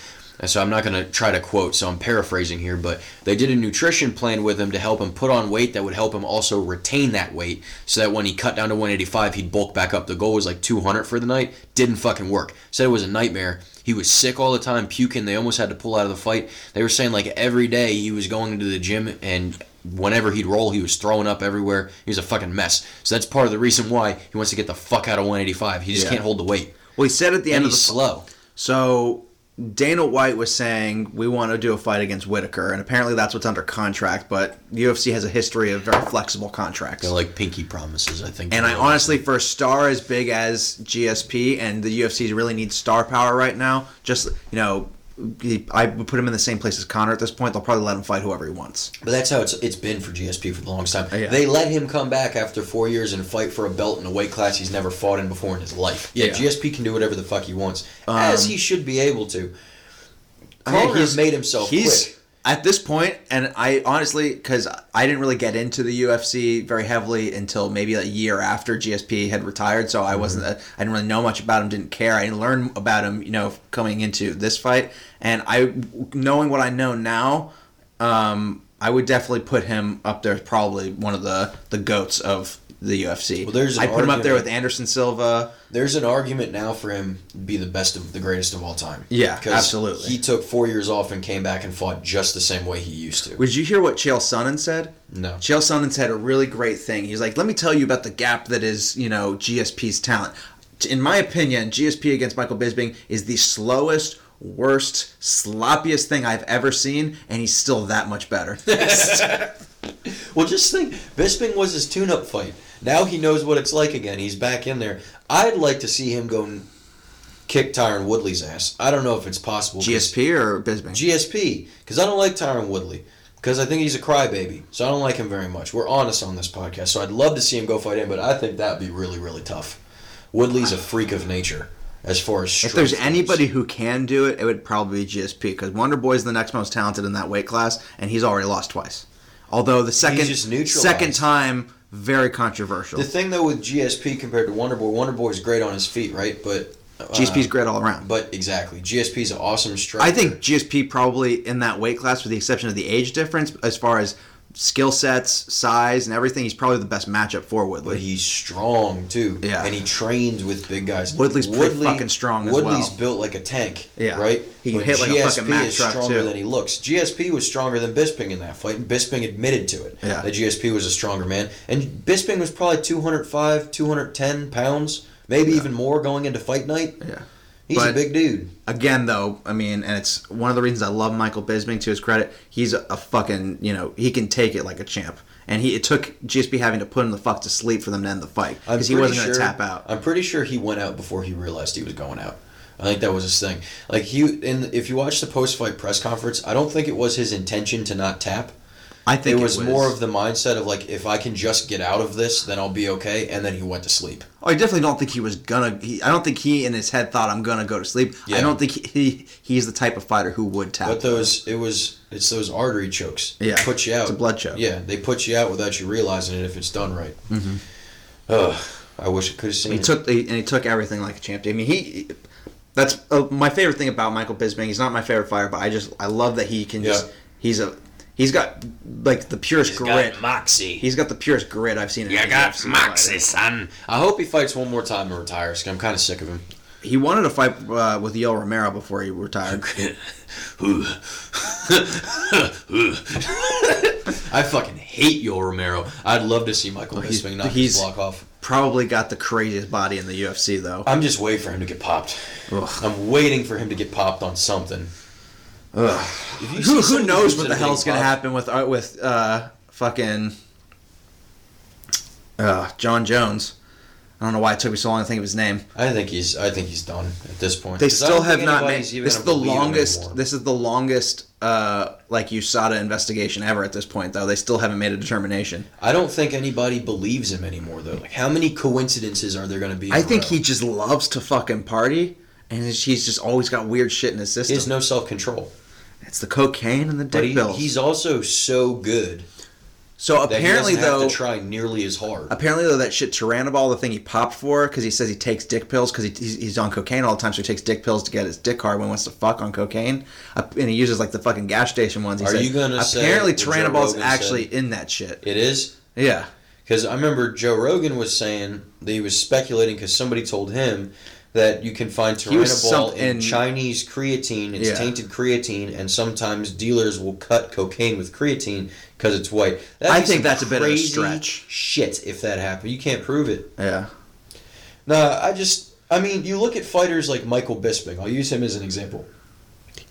Speaker 2: And so I'm not going to try to quote, so I'm paraphrasing here, but they did a nutrition plan with him to help him put on weight that would help him also retain that weight so that when he cut down to 185, he'd bulk back up. The goal was like 200 for the night. Didn't fucking work. Said it was a nightmare. He was sick all the time, puking. They almost had to pull out of the fight. They were saying like every day he was going into the gym and whenever he'd roll, he was throwing up everywhere. He was a fucking mess. So that's part of the reason why he wants to get the fuck out of 185. He just
Speaker 3: Yeah.
Speaker 2: can't hold the weight.
Speaker 3: Well, he said at the
Speaker 2: And
Speaker 3: end of
Speaker 2: he's
Speaker 3: the
Speaker 2: slow.
Speaker 3: So Dana White was saying we want to do a fight against Whitaker, and apparently that's what's under contract. But the UFC has a history of very flexible contracts.
Speaker 2: They're like pinky promises, I think.
Speaker 3: and I honestly, for a star as big as GSP, and the UFC really needs star power right now. Just you know, he, I would put him in the same place as Connor at this point. They'll probably let him fight whoever he wants.
Speaker 2: But that's how it's it's been for GSP for the longest time.
Speaker 3: Yeah.
Speaker 2: They let him come back after four years and fight for a belt in a weight class he's never fought in before in his life. Yeah,
Speaker 3: Yeah. Um,
Speaker 2: GSP can do whatever the fuck he wants, as he should be able to.
Speaker 3: I mean,
Speaker 2: Connor's made himself
Speaker 3: He's
Speaker 2: quick.
Speaker 3: at this point, and I honestly, because I didn't really get into the UFC very heavily until maybe a year after GSP had retired, so
Speaker 2: Mm-hmm.
Speaker 3: I wasn't, I didn't really know much about him, didn't care. I didn't learn about him, you know, coming into this fight, and I, knowing what I know now, um, I would definitely put him up there, as probably one of the the goats of the UFC.
Speaker 2: Well, there's an
Speaker 3: I put him up there
Speaker 2: argument.
Speaker 3: with Anderson Silva.
Speaker 2: There's an argument now for him to be the best of the greatest of all time.
Speaker 3: Yeah,
Speaker 2: 'Cause
Speaker 3: absolutely.
Speaker 2: He took four years off and came back and fought just the same way he used to.
Speaker 3: Would you hear what Chael Sonnen said?
Speaker 2: No.
Speaker 3: Chael Sonnen said a really great thing. He's like, let me tell you about the gap that is, you know, GSP's talent. In my opinion, GSP against Michael Bisping is the slowest, worst, sloppiest thing I've ever seen, and he's still that
Speaker 2: (laughs)
Speaker 3: much better.
Speaker 2: Well, just think, Bisping was his tune-up fight. Now he knows what it's like again. He's back in there. I'd like to see him go and kick Tyron Woodley's ass. I don't know if it's possible. 'cause-
Speaker 3: GSP or Bisping?
Speaker 2: GSP, because I don't like Tyron Woodley. Because I think he's a crybaby, so I don't like him very much. We're honest on this podcast, so I'd love to see him go fight him, but I think that'd be really, really tough. Woodley's a freak of nature as far as
Speaker 3: if there's
Speaker 2: strength goes.
Speaker 3: anybody who can do it, it would probably be GSP because Wonder Boy's the next most talented in that weight class, and he's already lost twice. Although the second
Speaker 2: just neutralized.
Speaker 3: second time, very controversial.
Speaker 2: the thing though with GSP compared to Wonderboy, Wonderboy's great on his feet, right? But uh,
Speaker 3: GSP's great all around.
Speaker 2: but exactly, GSP's an awesome striker.
Speaker 3: I think GSP probably in that weight class, with the exception of the age difference, as far as skill sets, size, and everything, he's probably the best matchup for
Speaker 2: But
Speaker 3: Woodley.
Speaker 2: he's strong too.
Speaker 3: Yeah.
Speaker 2: And he trains with big guys.
Speaker 3: Woodley's pretty fucking strong as
Speaker 2: Woodley's
Speaker 3: well.
Speaker 2: built like a tank.
Speaker 3: Yeah.
Speaker 2: Right?
Speaker 3: He can hit like a fucking Mack
Speaker 2: is
Speaker 3: truck,
Speaker 2: stronger
Speaker 3: too.
Speaker 2: than he looks. GSP was stronger than Bisping in that fight, and Bisping admitted to it.
Speaker 3: Yeah.
Speaker 2: That GSP was a stronger man. And Bisping was probably 205, 210 pounds, maybe even more going into fight night.
Speaker 3: Yeah.
Speaker 2: He's a
Speaker 3: But-
Speaker 2: big dude.
Speaker 3: Again, though, I mean, and it's one of the reasons I love Michael Bisping. To his credit, he's a, a fucking you know he can take it like a champ. And he it took GSP having to put him the fuck to sleep for them to end the fight
Speaker 2: I'm
Speaker 3: because he
Speaker 2: pretty
Speaker 3: wasn't going to tap out.
Speaker 2: I'm pretty sure he went out before he realized he was going out. I think that was his thing. Like he, and if you watch the post-fight press conference, I don't think it was his intention to not tap.
Speaker 3: I think
Speaker 2: it was, more of the mindset of like if I can just get out of this, then I'll be okay. And then he went to sleep.
Speaker 3: Oh, I definitely don't think he was gonna. He, I don't think he in his head thought I'm gonna go to sleep.
Speaker 2: Yeah.
Speaker 3: I don't think he, he he's the type of fighter who would tap.
Speaker 2: But those it was it's those artery chokes.
Speaker 3: Yeah,
Speaker 2: put you out.
Speaker 3: it's a blood choke.
Speaker 2: Yeah, they put you out without you realizing it if it's done right. Mm-hmm. Ugh, I wish I could have seen.
Speaker 3: He
Speaker 2: it.
Speaker 3: took he, and he took everything like a champ. I mean, he. That's uh, my favorite thing about Michael Bisping. He's not my favorite fighter, but I just I love that he can just.
Speaker 2: Yeah.
Speaker 3: He's a. He's got like the purest grit.
Speaker 5: moxie.
Speaker 3: he's got the purest grit I've seen. in
Speaker 5: you
Speaker 3: any
Speaker 5: got
Speaker 3: UFC
Speaker 5: moxie,
Speaker 3: fighter.
Speaker 5: son.
Speaker 2: I hope he fights one more time and retires. i I'm kind of sick of him.
Speaker 3: He wanted to fight uh, with Yoel Romero before he
Speaker 5: (laughs)
Speaker 3: retired.
Speaker 2: I fucking hate Yo Romero. I'd love to see Michael
Speaker 3: he's-
Speaker 2: Bisping knock his
Speaker 3: he's-
Speaker 2: block off.
Speaker 3: Probably got the craziest body in the UFC
Speaker 5: Uh,
Speaker 3: though.
Speaker 2: I'm just waiting for him to get popped.
Speaker 3: Ugh.
Speaker 2: I'm waiting for him to get popped on something. If you see
Speaker 3: who, who
Speaker 2: somebody
Speaker 3: knows
Speaker 2: who's
Speaker 3: what the
Speaker 2: gonna
Speaker 3: hell's
Speaker 2: get
Speaker 3: gonna
Speaker 2: popped-
Speaker 3: happen with uh, with uh, fucking uh, John Jones? I don't know why it took me so long to think of his name.
Speaker 2: I think he's. I think he's done at this point.
Speaker 3: They
Speaker 2: 'Cause I
Speaker 3: still
Speaker 2: don't think
Speaker 3: have not made.
Speaker 2: anybody's even
Speaker 3: This is
Speaker 2: gonna
Speaker 3: the
Speaker 2: believe him
Speaker 3: longest.
Speaker 2: anymore.
Speaker 3: This is the longest uh, like USADA investigation ever at this point, though. They still haven't made a determination.
Speaker 2: I don't think anybody believes him anymore, though. Like, how many coincidences are there going to be? in
Speaker 3: I
Speaker 2: a
Speaker 3: think
Speaker 2: row?
Speaker 3: he just loves to fucking party, and he's- he's just always got weird shit in his
Speaker 2: He has
Speaker 3: system.
Speaker 2: no self control,
Speaker 3: it's the cocaine and the
Speaker 2: but
Speaker 3: dick
Speaker 2: he,
Speaker 3: pills.
Speaker 2: he's also so good
Speaker 3: so
Speaker 2: that
Speaker 3: apparently,
Speaker 2: he doesn't
Speaker 3: though,
Speaker 2: have to try nearly as hard.
Speaker 3: Apparently, though, that shit Tyrannoball, the thing he popped for, because he says he takes dick pills because he, he's, he's on cocaine all the time, so he takes dick pills to get his dick hard when he wants to fuck on cocaine. Uh, and he uses like the fucking gas station ones. He
Speaker 2: Are
Speaker 3: said,
Speaker 2: you gonna say
Speaker 3: Apparently,
Speaker 2: what Joe
Speaker 3: Tyrannoball's
Speaker 2: Rogan
Speaker 3: actually in that shit.
Speaker 2: it is
Speaker 3: Yeah.
Speaker 2: because I remember Joe Rogan was saying that he was speculating because somebody told him that you can find
Speaker 3: was
Speaker 2: tyrannoball
Speaker 3: some-
Speaker 2: in
Speaker 3: in-
Speaker 2: Chinese creatine. It's
Speaker 3: Yeah.
Speaker 2: tainted creatine, and sometimes dealers will cut cocaine with creatine because it's white. That'd
Speaker 3: I
Speaker 2: be
Speaker 3: think
Speaker 2: some
Speaker 3: that's a bit of a
Speaker 2: crazy
Speaker 3: stretch.
Speaker 2: Shit, if that happened, you can't prove it.
Speaker 3: Yeah.
Speaker 2: No, I just, I mean, you look at fighters like Michael Bisping. I'll use him as an example.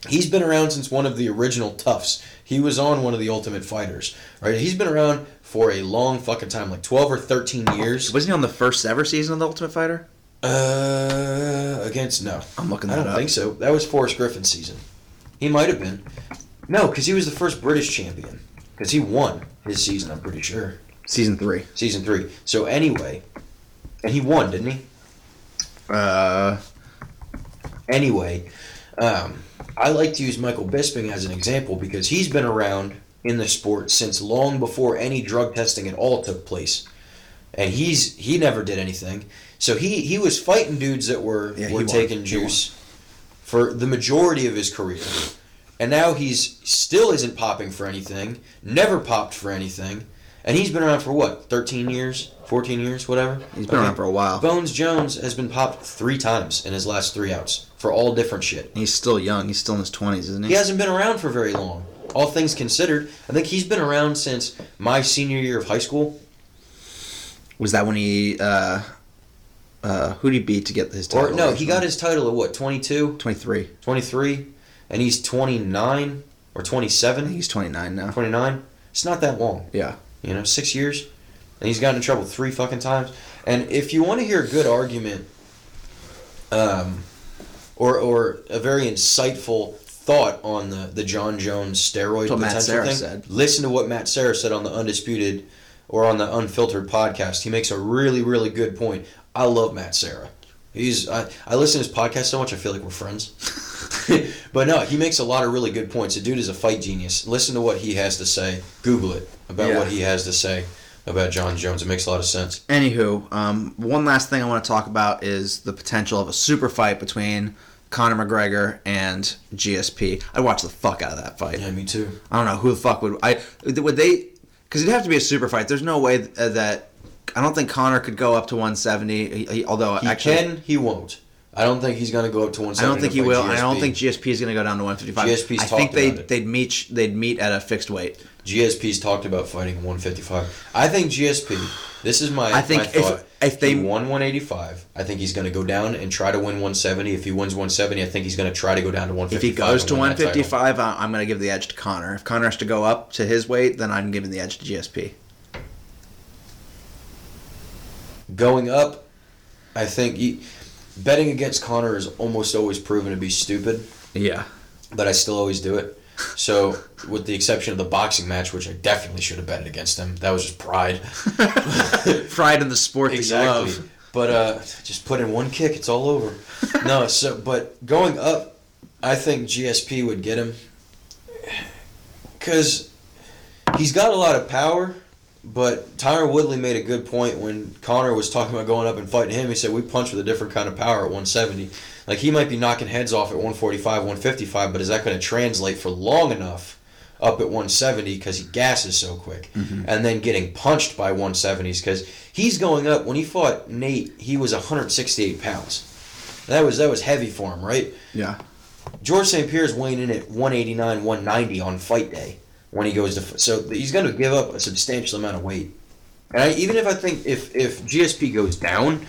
Speaker 2: He's been around since one of the original Toughs. He was on one of the Ultimate Fighters, right? He's been around for a long fucking time, like twelve or thirteen years.
Speaker 3: Wasn't he on the first ever season of The Ultimate Fighter?
Speaker 2: Uh, against no,
Speaker 3: I'm looking
Speaker 2: I
Speaker 3: that
Speaker 2: don't
Speaker 3: up.
Speaker 2: think so. That was Forrest Griffin's season. He might have been. No, because he was the first British champion. Because he won his season, I'm pretty sure.
Speaker 3: Season three.
Speaker 2: Season three. So anyway, and he won, didn't he?
Speaker 3: Uh,
Speaker 2: Anyway, um, I like to use Michael Bisping as an example because he's been around in the sport since long before any drug testing at all took place, and he's he never did anything. So he he was fighting dudes that were
Speaker 3: Yeah, he
Speaker 2: were
Speaker 3: won.
Speaker 2: taking
Speaker 3: He
Speaker 2: juice for the majority of his career, and now he's still isn't popping for anything. Never popped for anything, and he's been around for what thirteen years, fourteen years, whatever.
Speaker 3: he's been
Speaker 2: Okay.
Speaker 3: around for a while.
Speaker 2: Bones Jones has been popped three times in his last three outs for all different shit.
Speaker 3: He's still young. He's still in his twenties, isn't he?
Speaker 2: He hasn't been around for very long. All things considered, I think he's been around since my senior year of high school.
Speaker 3: Was that when he? Uh, uh, who did he beat to get his title?
Speaker 2: Or no, he got his title at what, 22,
Speaker 3: twenty-three.
Speaker 2: 23, and he's 29 or
Speaker 3: I think
Speaker 2: 27,
Speaker 3: he's twenty-nine now.
Speaker 2: 29. It's not that long.
Speaker 3: Yeah.
Speaker 2: you know, six years, and he's gotten in trouble three fucking times. And if you want to hear a good argument, um, or or a very insightful thought on the the John Jones steroid
Speaker 3: That's
Speaker 2: potential
Speaker 3: what Matt Serra
Speaker 2: thing,
Speaker 3: said.
Speaker 2: listen to what Matt Sarah said on the Undisputed or on the Unfiltered podcast. He makes a really really good point. I love Matt Sarah. He's I, I listen to his podcast so much I feel like we're friends. (laughs) but no, he makes a lot of really good points. The dude is a fight genius. Listen to what he has to say. Google it about
Speaker 3: Yeah.
Speaker 2: what he has to say about John Jones. It makes a lot of sense.
Speaker 3: Anywho, um, one last thing I want to talk about is the potential of a super fight between Conor McGregor and GSP. I'd watch the fuck out of that fight.
Speaker 2: Yeah, me too.
Speaker 3: I don't know who the fuck would I would they because it'd have to be a super fight. There's no way th- that I don't think Connor could go up to 170. He, he- although
Speaker 2: He
Speaker 3: actually,
Speaker 2: can, he won't. I don't think he's going to go up to
Speaker 3: I
Speaker 2: 170.
Speaker 3: don't think
Speaker 2: to
Speaker 3: he
Speaker 2: fight
Speaker 3: will. and I don't
Speaker 2: GSP.
Speaker 3: think GSP is going to go down to 155.
Speaker 2: GSP's
Speaker 3: I think
Speaker 2: talked
Speaker 3: they
Speaker 2: about it.
Speaker 3: they'd meet they'd meet at a fixed weight.
Speaker 2: GSP's talked about fighting 155. I think GSP. This is my.
Speaker 3: I think
Speaker 2: my
Speaker 3: if-
Speaker 2: thought.
Speaker 3: if
Speaker 2: he
Speaker 3: they-
Speaker 2: won 185, I think he's going to go down and try to win 170. If he wins 170, I think he's going to try to go down to 155.
Speaker 3: If he goes
Speaker 2: and
Speaker 3: to
Speaker 2: win that title.
Speaker 3: 155, I, I'm going to give the edge to Connor. If Connor has to go up to his weight, then I'm giving the edge to GSP.
Speaker 2: going up, I think you, betting against Connor is almost always proven to be stupid,
Speaker 3: Yeah.
Speaker 2: but I still always do it. So, with the exception of the boxing match, which I definitely should have betted against him, that was just pride.
Speaker 3: Fried in the sport that you love.
Speaker 2: But uh, just put in one kick, it's all over. no, so but going up, I think GSP would get him because he's got a lot of power. But Tyron Woodley made a good point when Connor was talking about going up and fighting him. He said we punch with a different kind of power at 170. Like he might be knocking heads off at 145, 155, but is that going to translate for long enough up at 170 because he gasses so quick, and then getting punched by 170s because he's going up. When he fought Nate, he was 168 pounds. That was that was heavy for him, right?
Speaker 3: Yeah.
Speaker 2: George St. Pierre's weighing in at 189, 190 on fight day when he goes to. So he's going to give up a substantial amount of weight. And I, even if I think if if GSP goes down,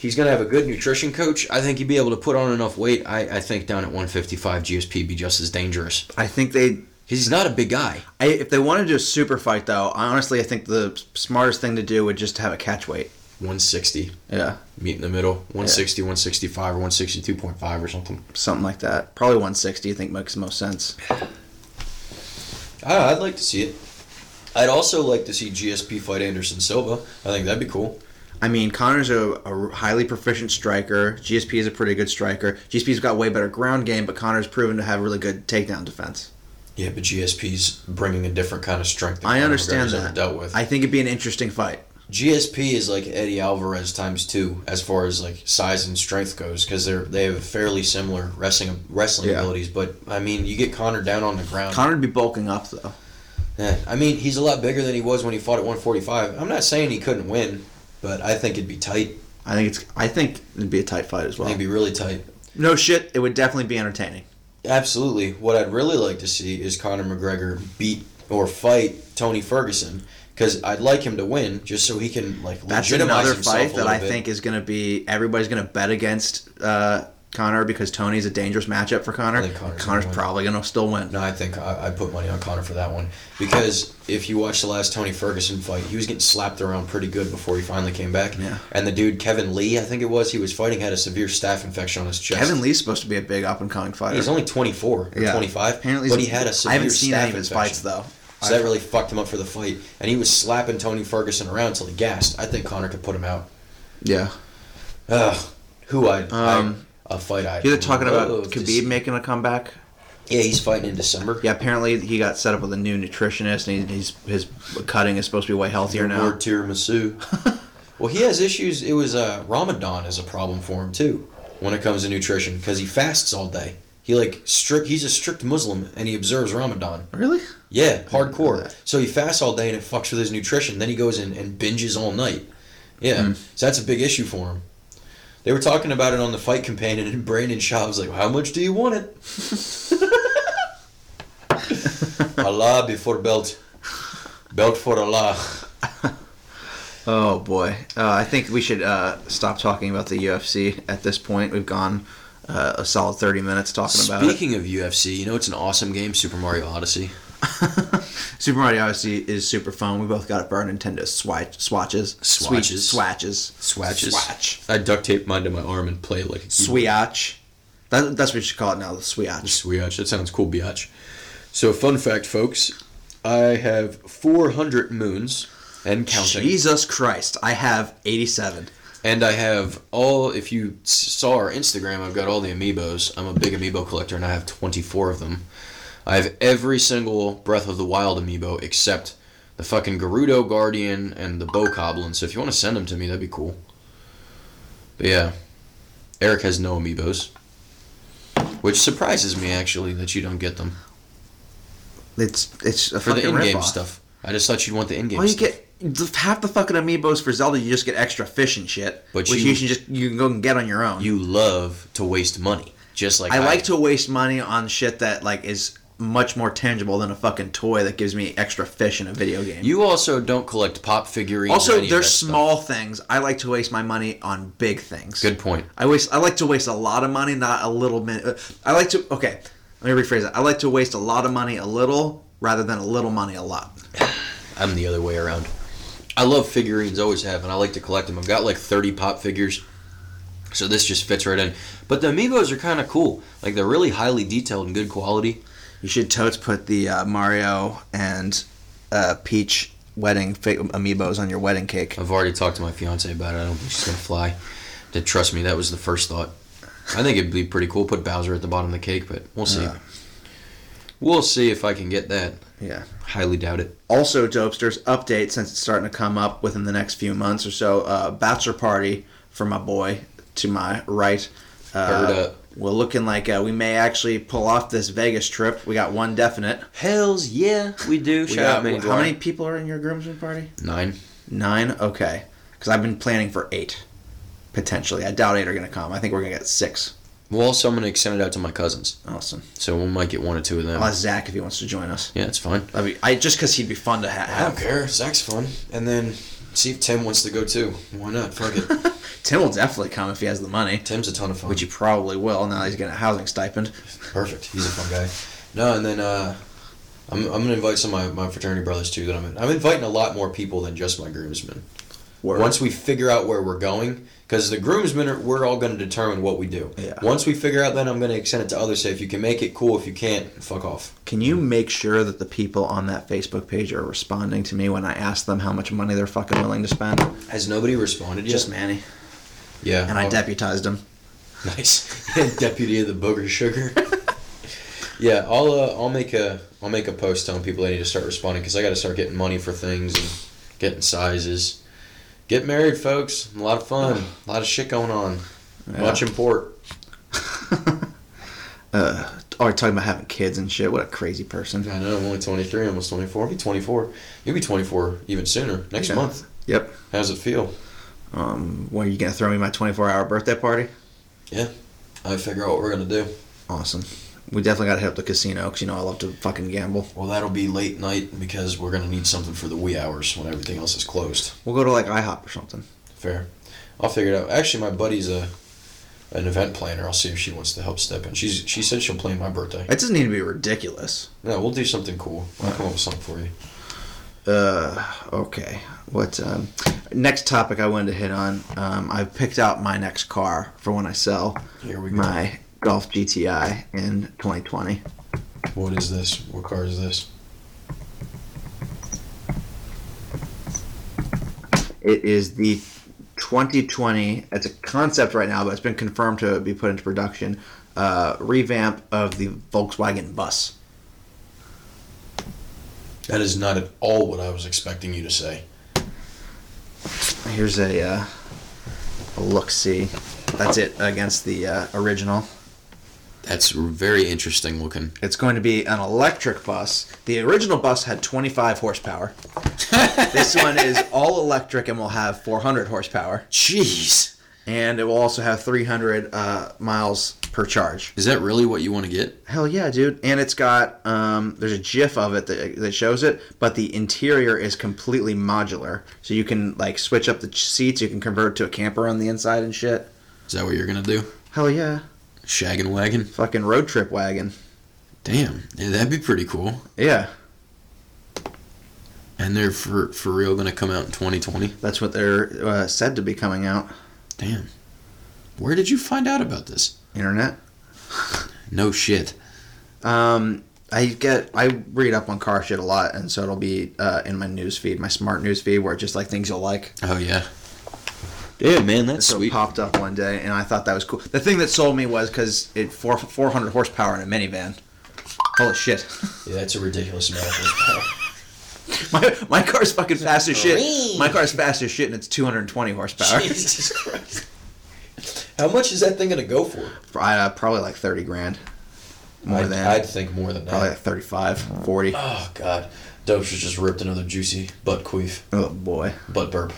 Speaker 2: he's going to have a good nutrition coach. I think he'd be able to put on enough weight. I, I think down at 155, GSP be just as dangerous.
Speaker 3: I think they
Speaker 2: 'Cause he's not a big guy.
Speaker 3: I, if they want to do a super fight, though, I honestly I think the smartest thing to do would just have a catch weight.
Speaker 2: 160,
Speaker 3: Yeah,
Speaker 2: meet in the middle. 160, 165, or 162.5 or something.
Speaker 3: something like that. Probably 160. I think makes the most sense.
Speaker 2: Ah, I'd like to see it. I'd also like to see GSP fight Anderson Silva. I think that'd be cool.
Speaker 3: I mean, Connor's a, a highly proficient striker. GSP is a pretty good striker. GSP's got way better ground game, but Connor's proven to have really good takedown defense.
Speaker 2: Yeah, but GSP's bringing a different kind of strength. That
Speaker 3: I
Speaker 2: Conor
Speaker 3: understand
Speaker 2: McGregor's ever
Speaker 3: that.
Speaker 2: Dealt with.
Speaker 3: I think it'd be an interesting fight.
Speaker 2: GSP is like Eddie Alvarez times two as far as like size and strength goes because they're they have fairly similar wrestling wrestling
Speaker 3: Yeah.
Speaker 2: abilities. But I mean, you get Connor down on the ground.
Speaker 3: Connor'd be bulking up though.
Speaker 2: Yeah, I mean, he's a lot bigger than he was when he fought at 145. I'm not saying he couldn't win, but I think it'd be tight.
Speaker 3: I think it's. I think it'd be a tight fight as
Speaker 2: I
Speaker 3: well.
Speaker 2: think it'd be really tight.
Speaker 3: No shit. It would definitely be entertaining.
Speaker 2: Absolutely. What I'd really like to see is Conor McGregor beat or fight Tony Ferguson because I'd like him to win just so he can like
Speaker 3: That's
Speaker 2: legitimize
Speaker 3: another
Speaker 2: himself
Speaker 3: fight
Speaker 2: a
Speaker 3: that
Speaker 2: little
Speaker 3: I
Speaker 2: bit.
Speaker 3: think is going to be everybody's going to bet against uh, Connor because Tony's a dangerous matchup for Connor.
Speaker 2: think Connor's
Speaker 3: Connor's,
Speaker 2: gonna win.
Speaker 3: probably going to still win.
Speaker 2: No, I think I, I put money on Connor for that one because if you watch the last Tony Ferguson fight, he was getting slapped around pretty good before he finally came back.
Speaker 3: Yeah.
Speaker 2: And the dude Kevin Lee, I think it was, he was fighting had a severe staph infection on his chest.
Speaker 3: Kevin Lee's supposed to be a big up and coming fighter.
Speaker 2: He's only 24 or
Speaker 3: Yeah.
Speaker 2: 25,
Speaker 3: Apparently,
Speaker 2: but he
Speaker 3: he's-
Speaker 2: had a severe
Speaker 3: I haven't seen
Speaker 2: staph
Speaker 3: any of his
Speaker 2: infection.
Speaker 3: fights though.
Speaker 2: So that really fucked him up for the fight, and he was slapping Tony Ferguson around till he gassed. I think Connor could put him out.
Speaker 3: yeah.
Speaker 2: Ugh, who I'd,
Speaker 3: Um,
Speaker 2: i a fight I.
Speaker 3: You're talking about
Speaker 2: Oh,
Speaker 3: Khabib
Speaker 2: this-
Speaker 3: making a comeback.
Speaker 2: Yeah, he's fighting in December.
Speaker 3: Yeah, apparently he got set up with a new nutritionist, and he, he's his cutting is supposed to be way healthier now.
Speaker 2: Or tiramisu.
Speaker 3: (laughs)
Speaker 2: well, he has issues. It was uh, Ramadan is a problem for him too when it comes to nutrition because he fasts all day. He like strict. He's a strict Muslim and he observes Ramadan.
Speaker 3: Really?
Speaker 2: Yeah,
Speaker 3: know
Speaker 2: hardcore.
Speaker 3: that.
Speaker 2: So he fasts all day and it fucks with his nutrition. Then he goes in and binges all night. Yeah,
Speaker 3: Hmm.
Speaker 2: so that's a big issue for him. They were talking about it on the Fight Companion, and Brandon Shaw was like, "How much do you want
Speaker 3: (laughs)
Speaker 2: it?" Allah before belt, belt for Allah.
Speaker 3: Oh boy. Uh, I think we should uh, stop talking about the UFC at this point. We've gone uh, a solid thirty minutes talking about it.
Speaker 2: Speaking of UFC, you know it's an awesome game, Super Mario Odyssey.
Speaker 3: Super Mario Odyssey is super fun. We both got it for our Nintendo swatch, swatches. Sweet
Speaker 2: Swatches.
Speaker 3: Swatches.
Speaker 2: Swatches.
Speaker 3: Swatch.
Speaker 2: I duct tape mine to my arm and play like a keyboard.
Speaker 3: Swiatch. That, that's what you should call it now, the Swiatch.
Speaker 2: Swiatch. That sounds cool, biatch. So, fun fact, folks, I have 400 moons and counting,
Speaker 3: Jesus Christ. I have 87.
Speaker 2: and I have all. If you s- saw our Instagram, I've got all the amiibos. I'm a big amiibo collector, and I have 24 of them. I have every single Breath of the Wild amiibo except the fucking Gerudo Guardian and the Bow Goblin. So, if you want to send them to me, that'd be cool. But yeah, Eric has no amiibos. Which surprises me actually that you don't get them.
Speaker 3: It's it's a
Speaker 2: for the
Speaker 3: fucking
Speaker 2: in-game
Speaker 3: ripoff.
Speaker 2: stuff. I just thought you'd want the in-game
Speaker 3: Well, you
Speaker 2: stuff.
Speaker 3: get half the fucking amiibos for Zelda. You just get extra fish and shit,
Speaker 2: But
Speaker 3: which
Speaker 2: you-
Speaker 3: you, should just you can go and get on your own.
Speaker 2: You love to waste money, just like
Speaker 3: I like to waste money on shit that like is much more tangible than a fucking toy that gives me extra fish in a video game.
Speaker 2: You also don't collect pop figurines. or
Speaker 3: also,
Speaker 2: any of
Speaker 3: they're
Speaker 2: that stuff.
Speaker 3: small things. I like to waste my money on big things.
Speaker 2: Good point.
Speaker 3: I waste. I like to waste a lot of money, not a little bit. I like to. Okay, let me rephrase it. I like to waste a lot of money, a little, rather than a little money, a lot.
Speaker 2: I'm the other way around. I love figurines, always have, and I like to collect them. I've got like 30 pop figures, so this just fits right in. But the amiibos are kind of cool. Like they're really highly detailed and good quality.
Speaker 3: You should totes put the uh, Mario and uh, Peach wedding fa- amiibos on your wedding cake.
Speaker 2: I've already talked to my fiance about it. I don't think she's gonna fly. To trust me, that was the first thought. I think it'd be pretty cool. Put Bowser at the bottom of the cake, but we'll see.
Speaker 3: Yeah.
Speaker 2: We'll see if I can get that.
Speaker 3: Yeah.
Speaker 2: Highly doubt it.
Speaker 3: Also, Dopesters, update since it's starting to come up within the next few months or so. Uh, bachelor party for my boy to my right. Uh,
Speaker 2: Heard up.
Speaker 3: We're looking like uh, we may actually pull off this Vegas trip. We got one definite.
Speaker 2: Hells yeah, we do.
Speaker 3: We
Speaker 2: Shout out
Speaker 3: got-
Speaker 2: Manny
Speaker 3: how
Speaker 2: Dwyer.
Speaker 3: many people are in your groomsmen party?
Speaker 2: Nine.
Speaker 3: Nine? Okay. Because I've been planning for eight, potentially. I doubt eight are going to come. I think we're going to get six.
Speaker 2: Well, also I'm gonna extend it out to my cousins,
Speaker 3: Awesome.
Speaker 2: so we might get one or two of them.
Speaker 3: I'll ask Zach if he wants to join us.
Speaker 2: yeah, it's fine.
Speaker 3: I mean, I just because he'd be fun to ha- have.
Speaker 2: care. Zach's fun, and then see if Tim wants to go too. Why not? Fuck (laughs) it.
Speaker 3: Tim will definitely come if he has the money,
Speaker 2: Tim's a ton of fun.
Speaker 3: which he probably will now that he's getting a housing stipend.
Speaker 2: Perfect. He's a fun guy. No, and then uh, I'm, I'm gonna invite some of my, my fraternity brothers too. That I'm in. I'm inviting a lot more people than just my groomsmen.
Speaker 3: Word.
Speaker 2: Once we figure out where we're going, because the groomsmen are, we're all gonna determine what we do.
Speaker 3: Yeah.
Speaker 2: Once we figure out, then I'm gonna extend it to others. Say if you can make it, cool. If you can't, fuck off.
Speaker 3: Can you make sure that the people on that Facebook page are responding to me when I ask them how much money they're fucking willing to spend?
Speaker 2: Has nobody responded yet?
Speaker 3: Just Manny.
Speaker 2: Yeah.
Speaker 3: And I
Speaker 2: Oh,
Speaker 3: deputized him.
Speaker 2: Nice. (laughs) Deputy of the booger sugar. yeah, I'll uh, I'll make a I'll make a post telling people they need to start responding because I got to start getting money for things and getting sizes. Get married, folks. A lot of fun. A lot of shit going on. Much import.
Speaker 3: Or Oh, talking about having kids and shit. What a crazy person.
Speaker 2: I know I'm only 23, almost 24. I'll be 24. You'll be 24 even sooner next
Speaker 3: Yeah.
Speaker 2: month.
Speaker 3: Yep.
Speaker 2: How's it feel?
Speaker 3: Um, well, are you going to throw me my 24 hour birthday party?
Speaker 2: Yeah. I figure out what we're gonna do.
Speaker 3: Awesome. We definitely got to hit up the casino because you know I love to fucking gamble.
Speaker 2: Well, that'll be late night because we're gonna need something for the wee hours when everything else is closed.
Speaker 3: We'll go to like IHOP or something.
Speaker 2: Fair. I'll figure it out. Actually, my buddy's a, a an event planner. I'll see if she wants to help step in. She's she said she'll plan my birthday.
Speaker 3: It doesn't need to be ridiculous.
Speaker 2: No, we'll do something cool. I'll come up with something for you.
Speaker 3: Uh, okay. What um, next topic I wanted to hit on? Um, I picked out my next car for when I sell
Speaker 2: Here we go.
Speaker 3: my Golf GTI in 2020.
Speaker 2: What is this? What car is this?
Speaker 3: It is the 2020. It's a concept right now, but it's been confirmed to be put into production. Uh, revamp of the Volkswagen Bus.
Speaker 2: That is not at all what I was expecting you to say.
Speaker 3: Here's a, uh, a look. See, that's it against the uh, original.
Speaker 2: That's very interesting looking.
Speaker 3: It's going to be an electric bus. The original bus had 25 horsepower. this one is all electric and will have 400 horsepower.
Speaker 2: Jeez,
Speaker 3: And it will also have 300 uh, miles per charge.
Speaker 2: is that really what you want to get?
Speaker 3: Hell yeah, dude. And it's got, um, there's a GIF of it that, that shows it, but the interior is completely modular. So you can, like, switch up the ch- seats. You can convert to a camper on the inside and shit.
Speaker 2: Is that what you're gonna do?
Speaker 3: Hell yeah.
Speaker 2: Shaggin' wagon?
Speaker 3: Fucking road trip wagon.
Speaker 2: Damn, yeah, that'd be pretty cool.
Speaker 3: Yeah.
Speaker 2: And they're for for real gonna come out in 2020.
Speaker 3: That's what they're uh, said to be coming out.
Speaker 2: Damn, where did you find out about this?
Speaker 3: Internet.
Speaker 2: No shit.
Speaker 3: Um, I get I read up on car shit a lot, and so it'll be uh, in my news feed, my smart news feed, where it's just like things you'll like.
Speaker 2: Oh yeah. Yeah, man, that's
Speaker 3: So it popped up one day, and I thought that was cool. The thing that sold me was because it four four hundred horsepower in a minivan. Holy shit! (laughs)
Speaker 2: Yeah, that's a ridiculous amount of horsepower.
Speaker 3: My my car's fucking fast as shit. My car's fast as shit, and it's two hundred and twenty horsepower. (laughs)
Speaker 2: Jesus Christ. How much is that thing gonna go for?
Speaker 3: Uh, probably like thirty grand, more
Speaker 2: I'd,
Speaker 3: than
Speaker 2: I'd think more than that.
Speaker 3: probably like 35, 40.
Speaker 2: Oh God, Dopes just ripped another juicy butt queef,
Speaker 3: Oh boy.
Speaker 2: butt burp.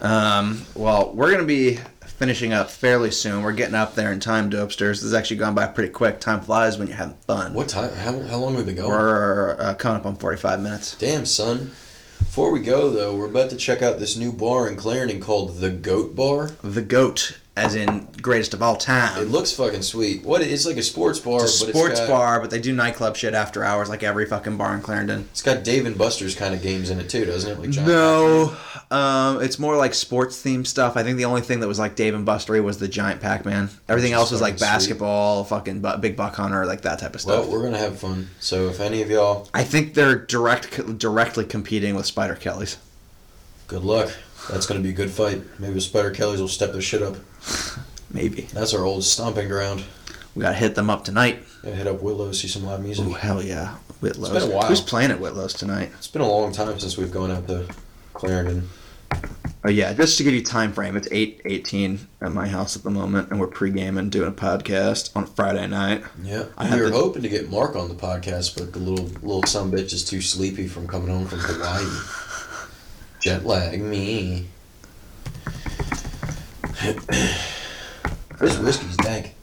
Speaker 3: Um, well, we're going to be finishing up fairly soon. We're getting up there in time, dopesters. This has actually gone by pretty quick. Time flies when you're having fun.
Speaker 2: What time? How, how long have we been going?
Speaker 3: We're uh, coming up on 45 minutes.
Speaker 2: Damn son. Before we go though, we're about to check out this new bar in Clarendon called the Goat Bar.
Speaker 3: The GOAT, as in greatest of all
Speaker 2: It
Speaker 3: time.
Speaker 2: looks fucking sweet. What? It's like a sports bar,
Speaker 3: It's a
Speaker 2: but
Speaker 3: sports
Speaker 2: it's got,
Speaker 3: bar, but they do nightclub shit after hours like every fucking bar in Clarendon.
Speaker 2: It's got Dave and Buster's kind of games in it too, doesn't it? Like John
Speaker 3: No, um, it's more like sports themed stuff. I think the only thing that was like Dave and Bustery was the giant Pac Man. Everything else was like
Speaker 2: Fucking sweet.
Speaker 3: basketball, fucking bu- big buck hunter, like that type of stuff.
Speaker 2: Well, we're gonna have fun. So if any of y'all,
Speaker 3: I think they're direct directly competing with Spider Kelly's.
Speaker 2: good luck. That's gonna be a good fight. Maybe the Spider Kellys will step their shit up.
Speaker 3: Maybe.
Speaker 2: That's our old stomping ground.
Speaker 3: We gotta hit them up tonight.
Speaker 2: Yeah, hit up Willow, see some live music.
Speaker 3: Oh hell yeah. Whitlow's.
Speaker 2: It's been a while.
Speaker 3: Who's playing at Whitlow's tonight?
Speaker 2: It's been a long time since we've gone out to Clarendon.
Speaker 3: Oh yeah, just to give you time frame, it's eight eighteen at my house at the moment and we're pre gaming doing a podcast on Friday night.
Speaker 2: Yeah,
Speaker 3: I have
Speaker 2: we were
Speaker 3: to-
Speaker 2: hoping to get Mark on the podcast, but the little little some bitch is too sleepy from coming home from Hawaii. Jet lag, me. this whiskey's dank.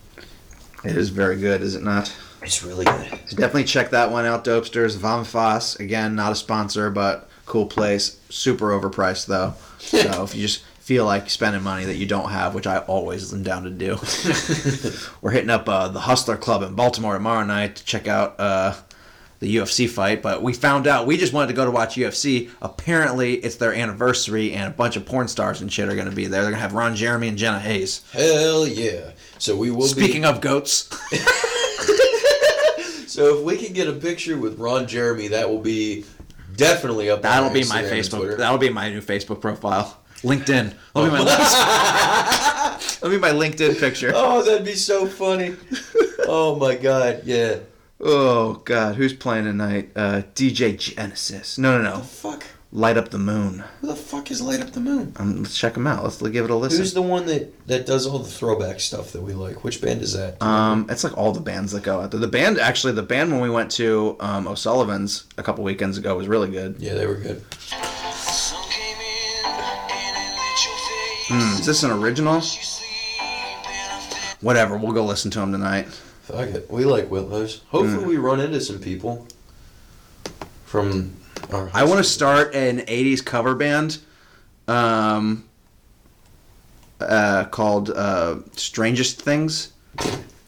Speaker 3: It is very good, is it not?
Speaker 2: It's really good.
Speaker 3: So definitely check that one out, Dopesters. Von Foss, again, not a sponsor, but cool place. Super overpriced though. So if you just feel like spending money that you don't have, which I always am down to do, we're hitting up uh, the Hustler Club in Baltimore tomorrow night to check out uh, the UFC fight. But we found out we just wanted to go to watch UFC. Apparently, it's their anniversary, and a bunch of porn stars and shit are going to be there. They're going to have Ron Jeremy and Jenna Hayes.
Speaker 2: Hell yeah! So we will
Speaker 3: Speaking of goats,
Speaker 2: be. So if we can get a picture with Ron Jeremy, that will be definitely up. on
Speaker 3: that'll be
Speaker 2: Instagram
Speaker 3: my
Speaker 2: and
Speaker 3: Facebook.
Speaker 2: Twitter.
Speaker 3: That'll be my new Facebook profile. LinkedIn. That'll be my LinkedIn. (laughs) That'll be my LinkedIn picture.
Speaker 2: Oh, that'd be so
Speaker 3: (laughs)
Speaker 2: funny. oh my god, yeah.
Speaker 3: Oh God, who's playing tonight? Uh, DJ Genesis. No, no, no.
Speaker 2: Fuck.
Speaker 3: Light up the moon.
Speaker 2: Who the fuck is light up the moon?
Speaker 3: Um, let's check them out. Let's l- give it a listen.
Speaker 2: Who's the one that that does all the throwback stuff that we like? Which band is that?
Speaker 3: um, it's like all the bands that go out there. The band, actually, the band when we went to um, O'Sullivan's a couple weekends ago was really good.
Speaker 2: yeah, they were good.
Speaker 3: Hmm, is this an original? Whatever. We'll go listen to them tonight.
Speaker 2: Fuck it, we like Willows. Hopefully,
Speaker 3: Mm.
Speaker 2: we run into some people from our.
Speaker 3: I want to start an '80s cover band. Um, uh, called uh, Strangest Things,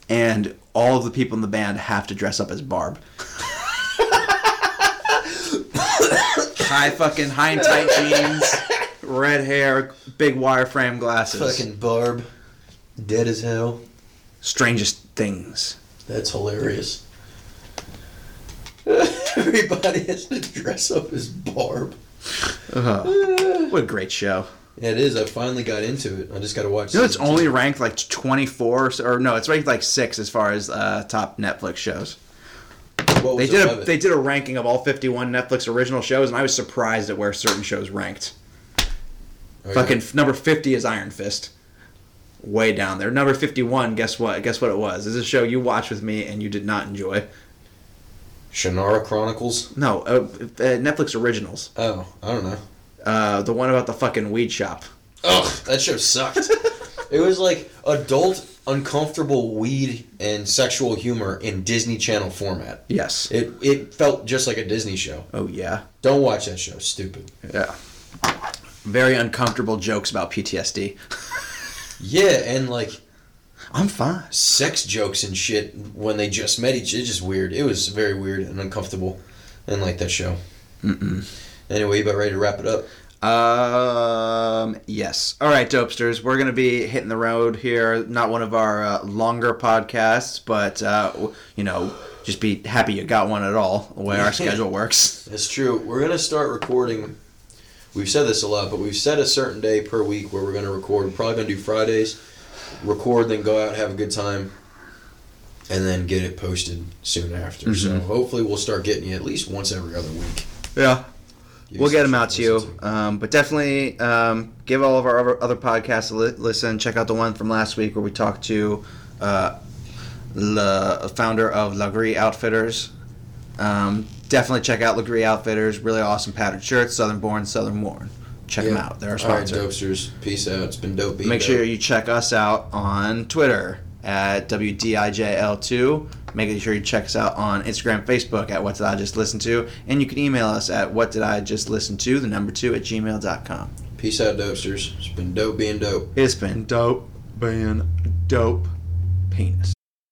Speaker 3: and all of the people in the band have to dress up as Barb. high fucking high and tight jeans, red hair, big wireframe glasses.
Speaker 2: (laughs) Fucking Barb, dead as hell.
Speaker 3: Strangest Things.
Speaker 2: That's hilarious. (laughs) Everybody has to dress up as Barb.
Speaker 3: Ugh. What a great show.
Speaker 2: Yeah, it is. I finally got into it. I just got to watch.
Speaker 3: You know, it's
Speaker 2: season
Speaker 3: only
Speaker 2: two.
Speaker 3: ranked like 24, or no, it's ranked like six as far as uh, top Netflix shows.
Speaker 2: What
Speaker 3: They
Speaker 2: was
Speaker 3: did
Speaker 2: above
Speaker 3: a
Speaker 2: it?
Speaker 3: they did a ranking of all 51 Netflix original shows, and I was surprised at where certain shows ranked.
Speaker 2: Oh, yeah.
Speaker 3: Fucking f- number 50 is Iron Fist, way down there. Number 51, guess what? Guess what it was? This is a show you watched with me and you did not enjoy.
Speaker 2: Shannara Chronicles.
Speaker 3: No, uh, uh, Netflix originals.
Speaker 2: Oh, I don't know.
Speaker 3: Uh, the one about the fucking weed shop.
Speaker 2: Ugh, that show sucked. (laughs) it was like adult, uncomfortable weed and sexual humor in Disney Channel format.
Speaker 3: Yes.
Speaker 2: It it felt just like a Disney show.
Speaker 3: Oh yeah.
Speaker 2: Don't watch that show. Stupid.
Speaker 3: Yeah. Very uncomfortable jokes about PTSD.
Speaker 2: Yeah, and like
Speaker 3: I'm fine.
Speaker 2: sex jokes and shit when they just met each. It's just weird. It was very weird and uncomfortable, and like that show. Mm-mm. Anyway, you about ready to wrap it up?
Speaker 3: Um. Yes. All right, dopesters. We're gonna be hitting the road here. Not one of our uh, longer podcasts, but uh, w- you know, just be happy you got one at all. The way our schedule works.
Speaker 2: It's true. We're gonna start recording. We've said this a lot, but we've set a certain day per week where we're gonna record. We're probably gonna do Fridays, record, then go out have a good time, and then get it posted soon after. So
Speaker 3: Mm-hmm.
Speaker 2: hopefully we'll start getting you at least once every other week.
Speaker 3: Yeah.
Speaker 2: You
Speaker 3: We'll
Speaker 2: just
Speaker 3: get them out to you.
Speaker 2: listen
Speaker 3: Um, but definitely um, give all of our other- other podcasts a li- listen. Check out the one from last week where we talked to uh, the founder of Lagri Outfitters. Um, definitely check out Lagri Outfitters. Really awesome patterned shirts, Southern born, Southern worn. Check them
Speaker 2: Yeah.
Speaker 3: out. They're our
Speaker 2: All right,
Speaker 3: sponsor.
Speaker 2: dopesters. Peace out. It's been dope. being
Speaker 3: Make
Speaker 2: dope.
Speaker 3: sure you check us out on Twitter at WDIJL2. Make sure you check us out on Instagram, Facebook at What Did I Just Listen To. And you can email us at What Did I Just Listen To, the number two at gmail.com.
Speaker 2: Peace out, dopesters. It's been dope being dope.
Speaker 3: It's been dope being dope penis.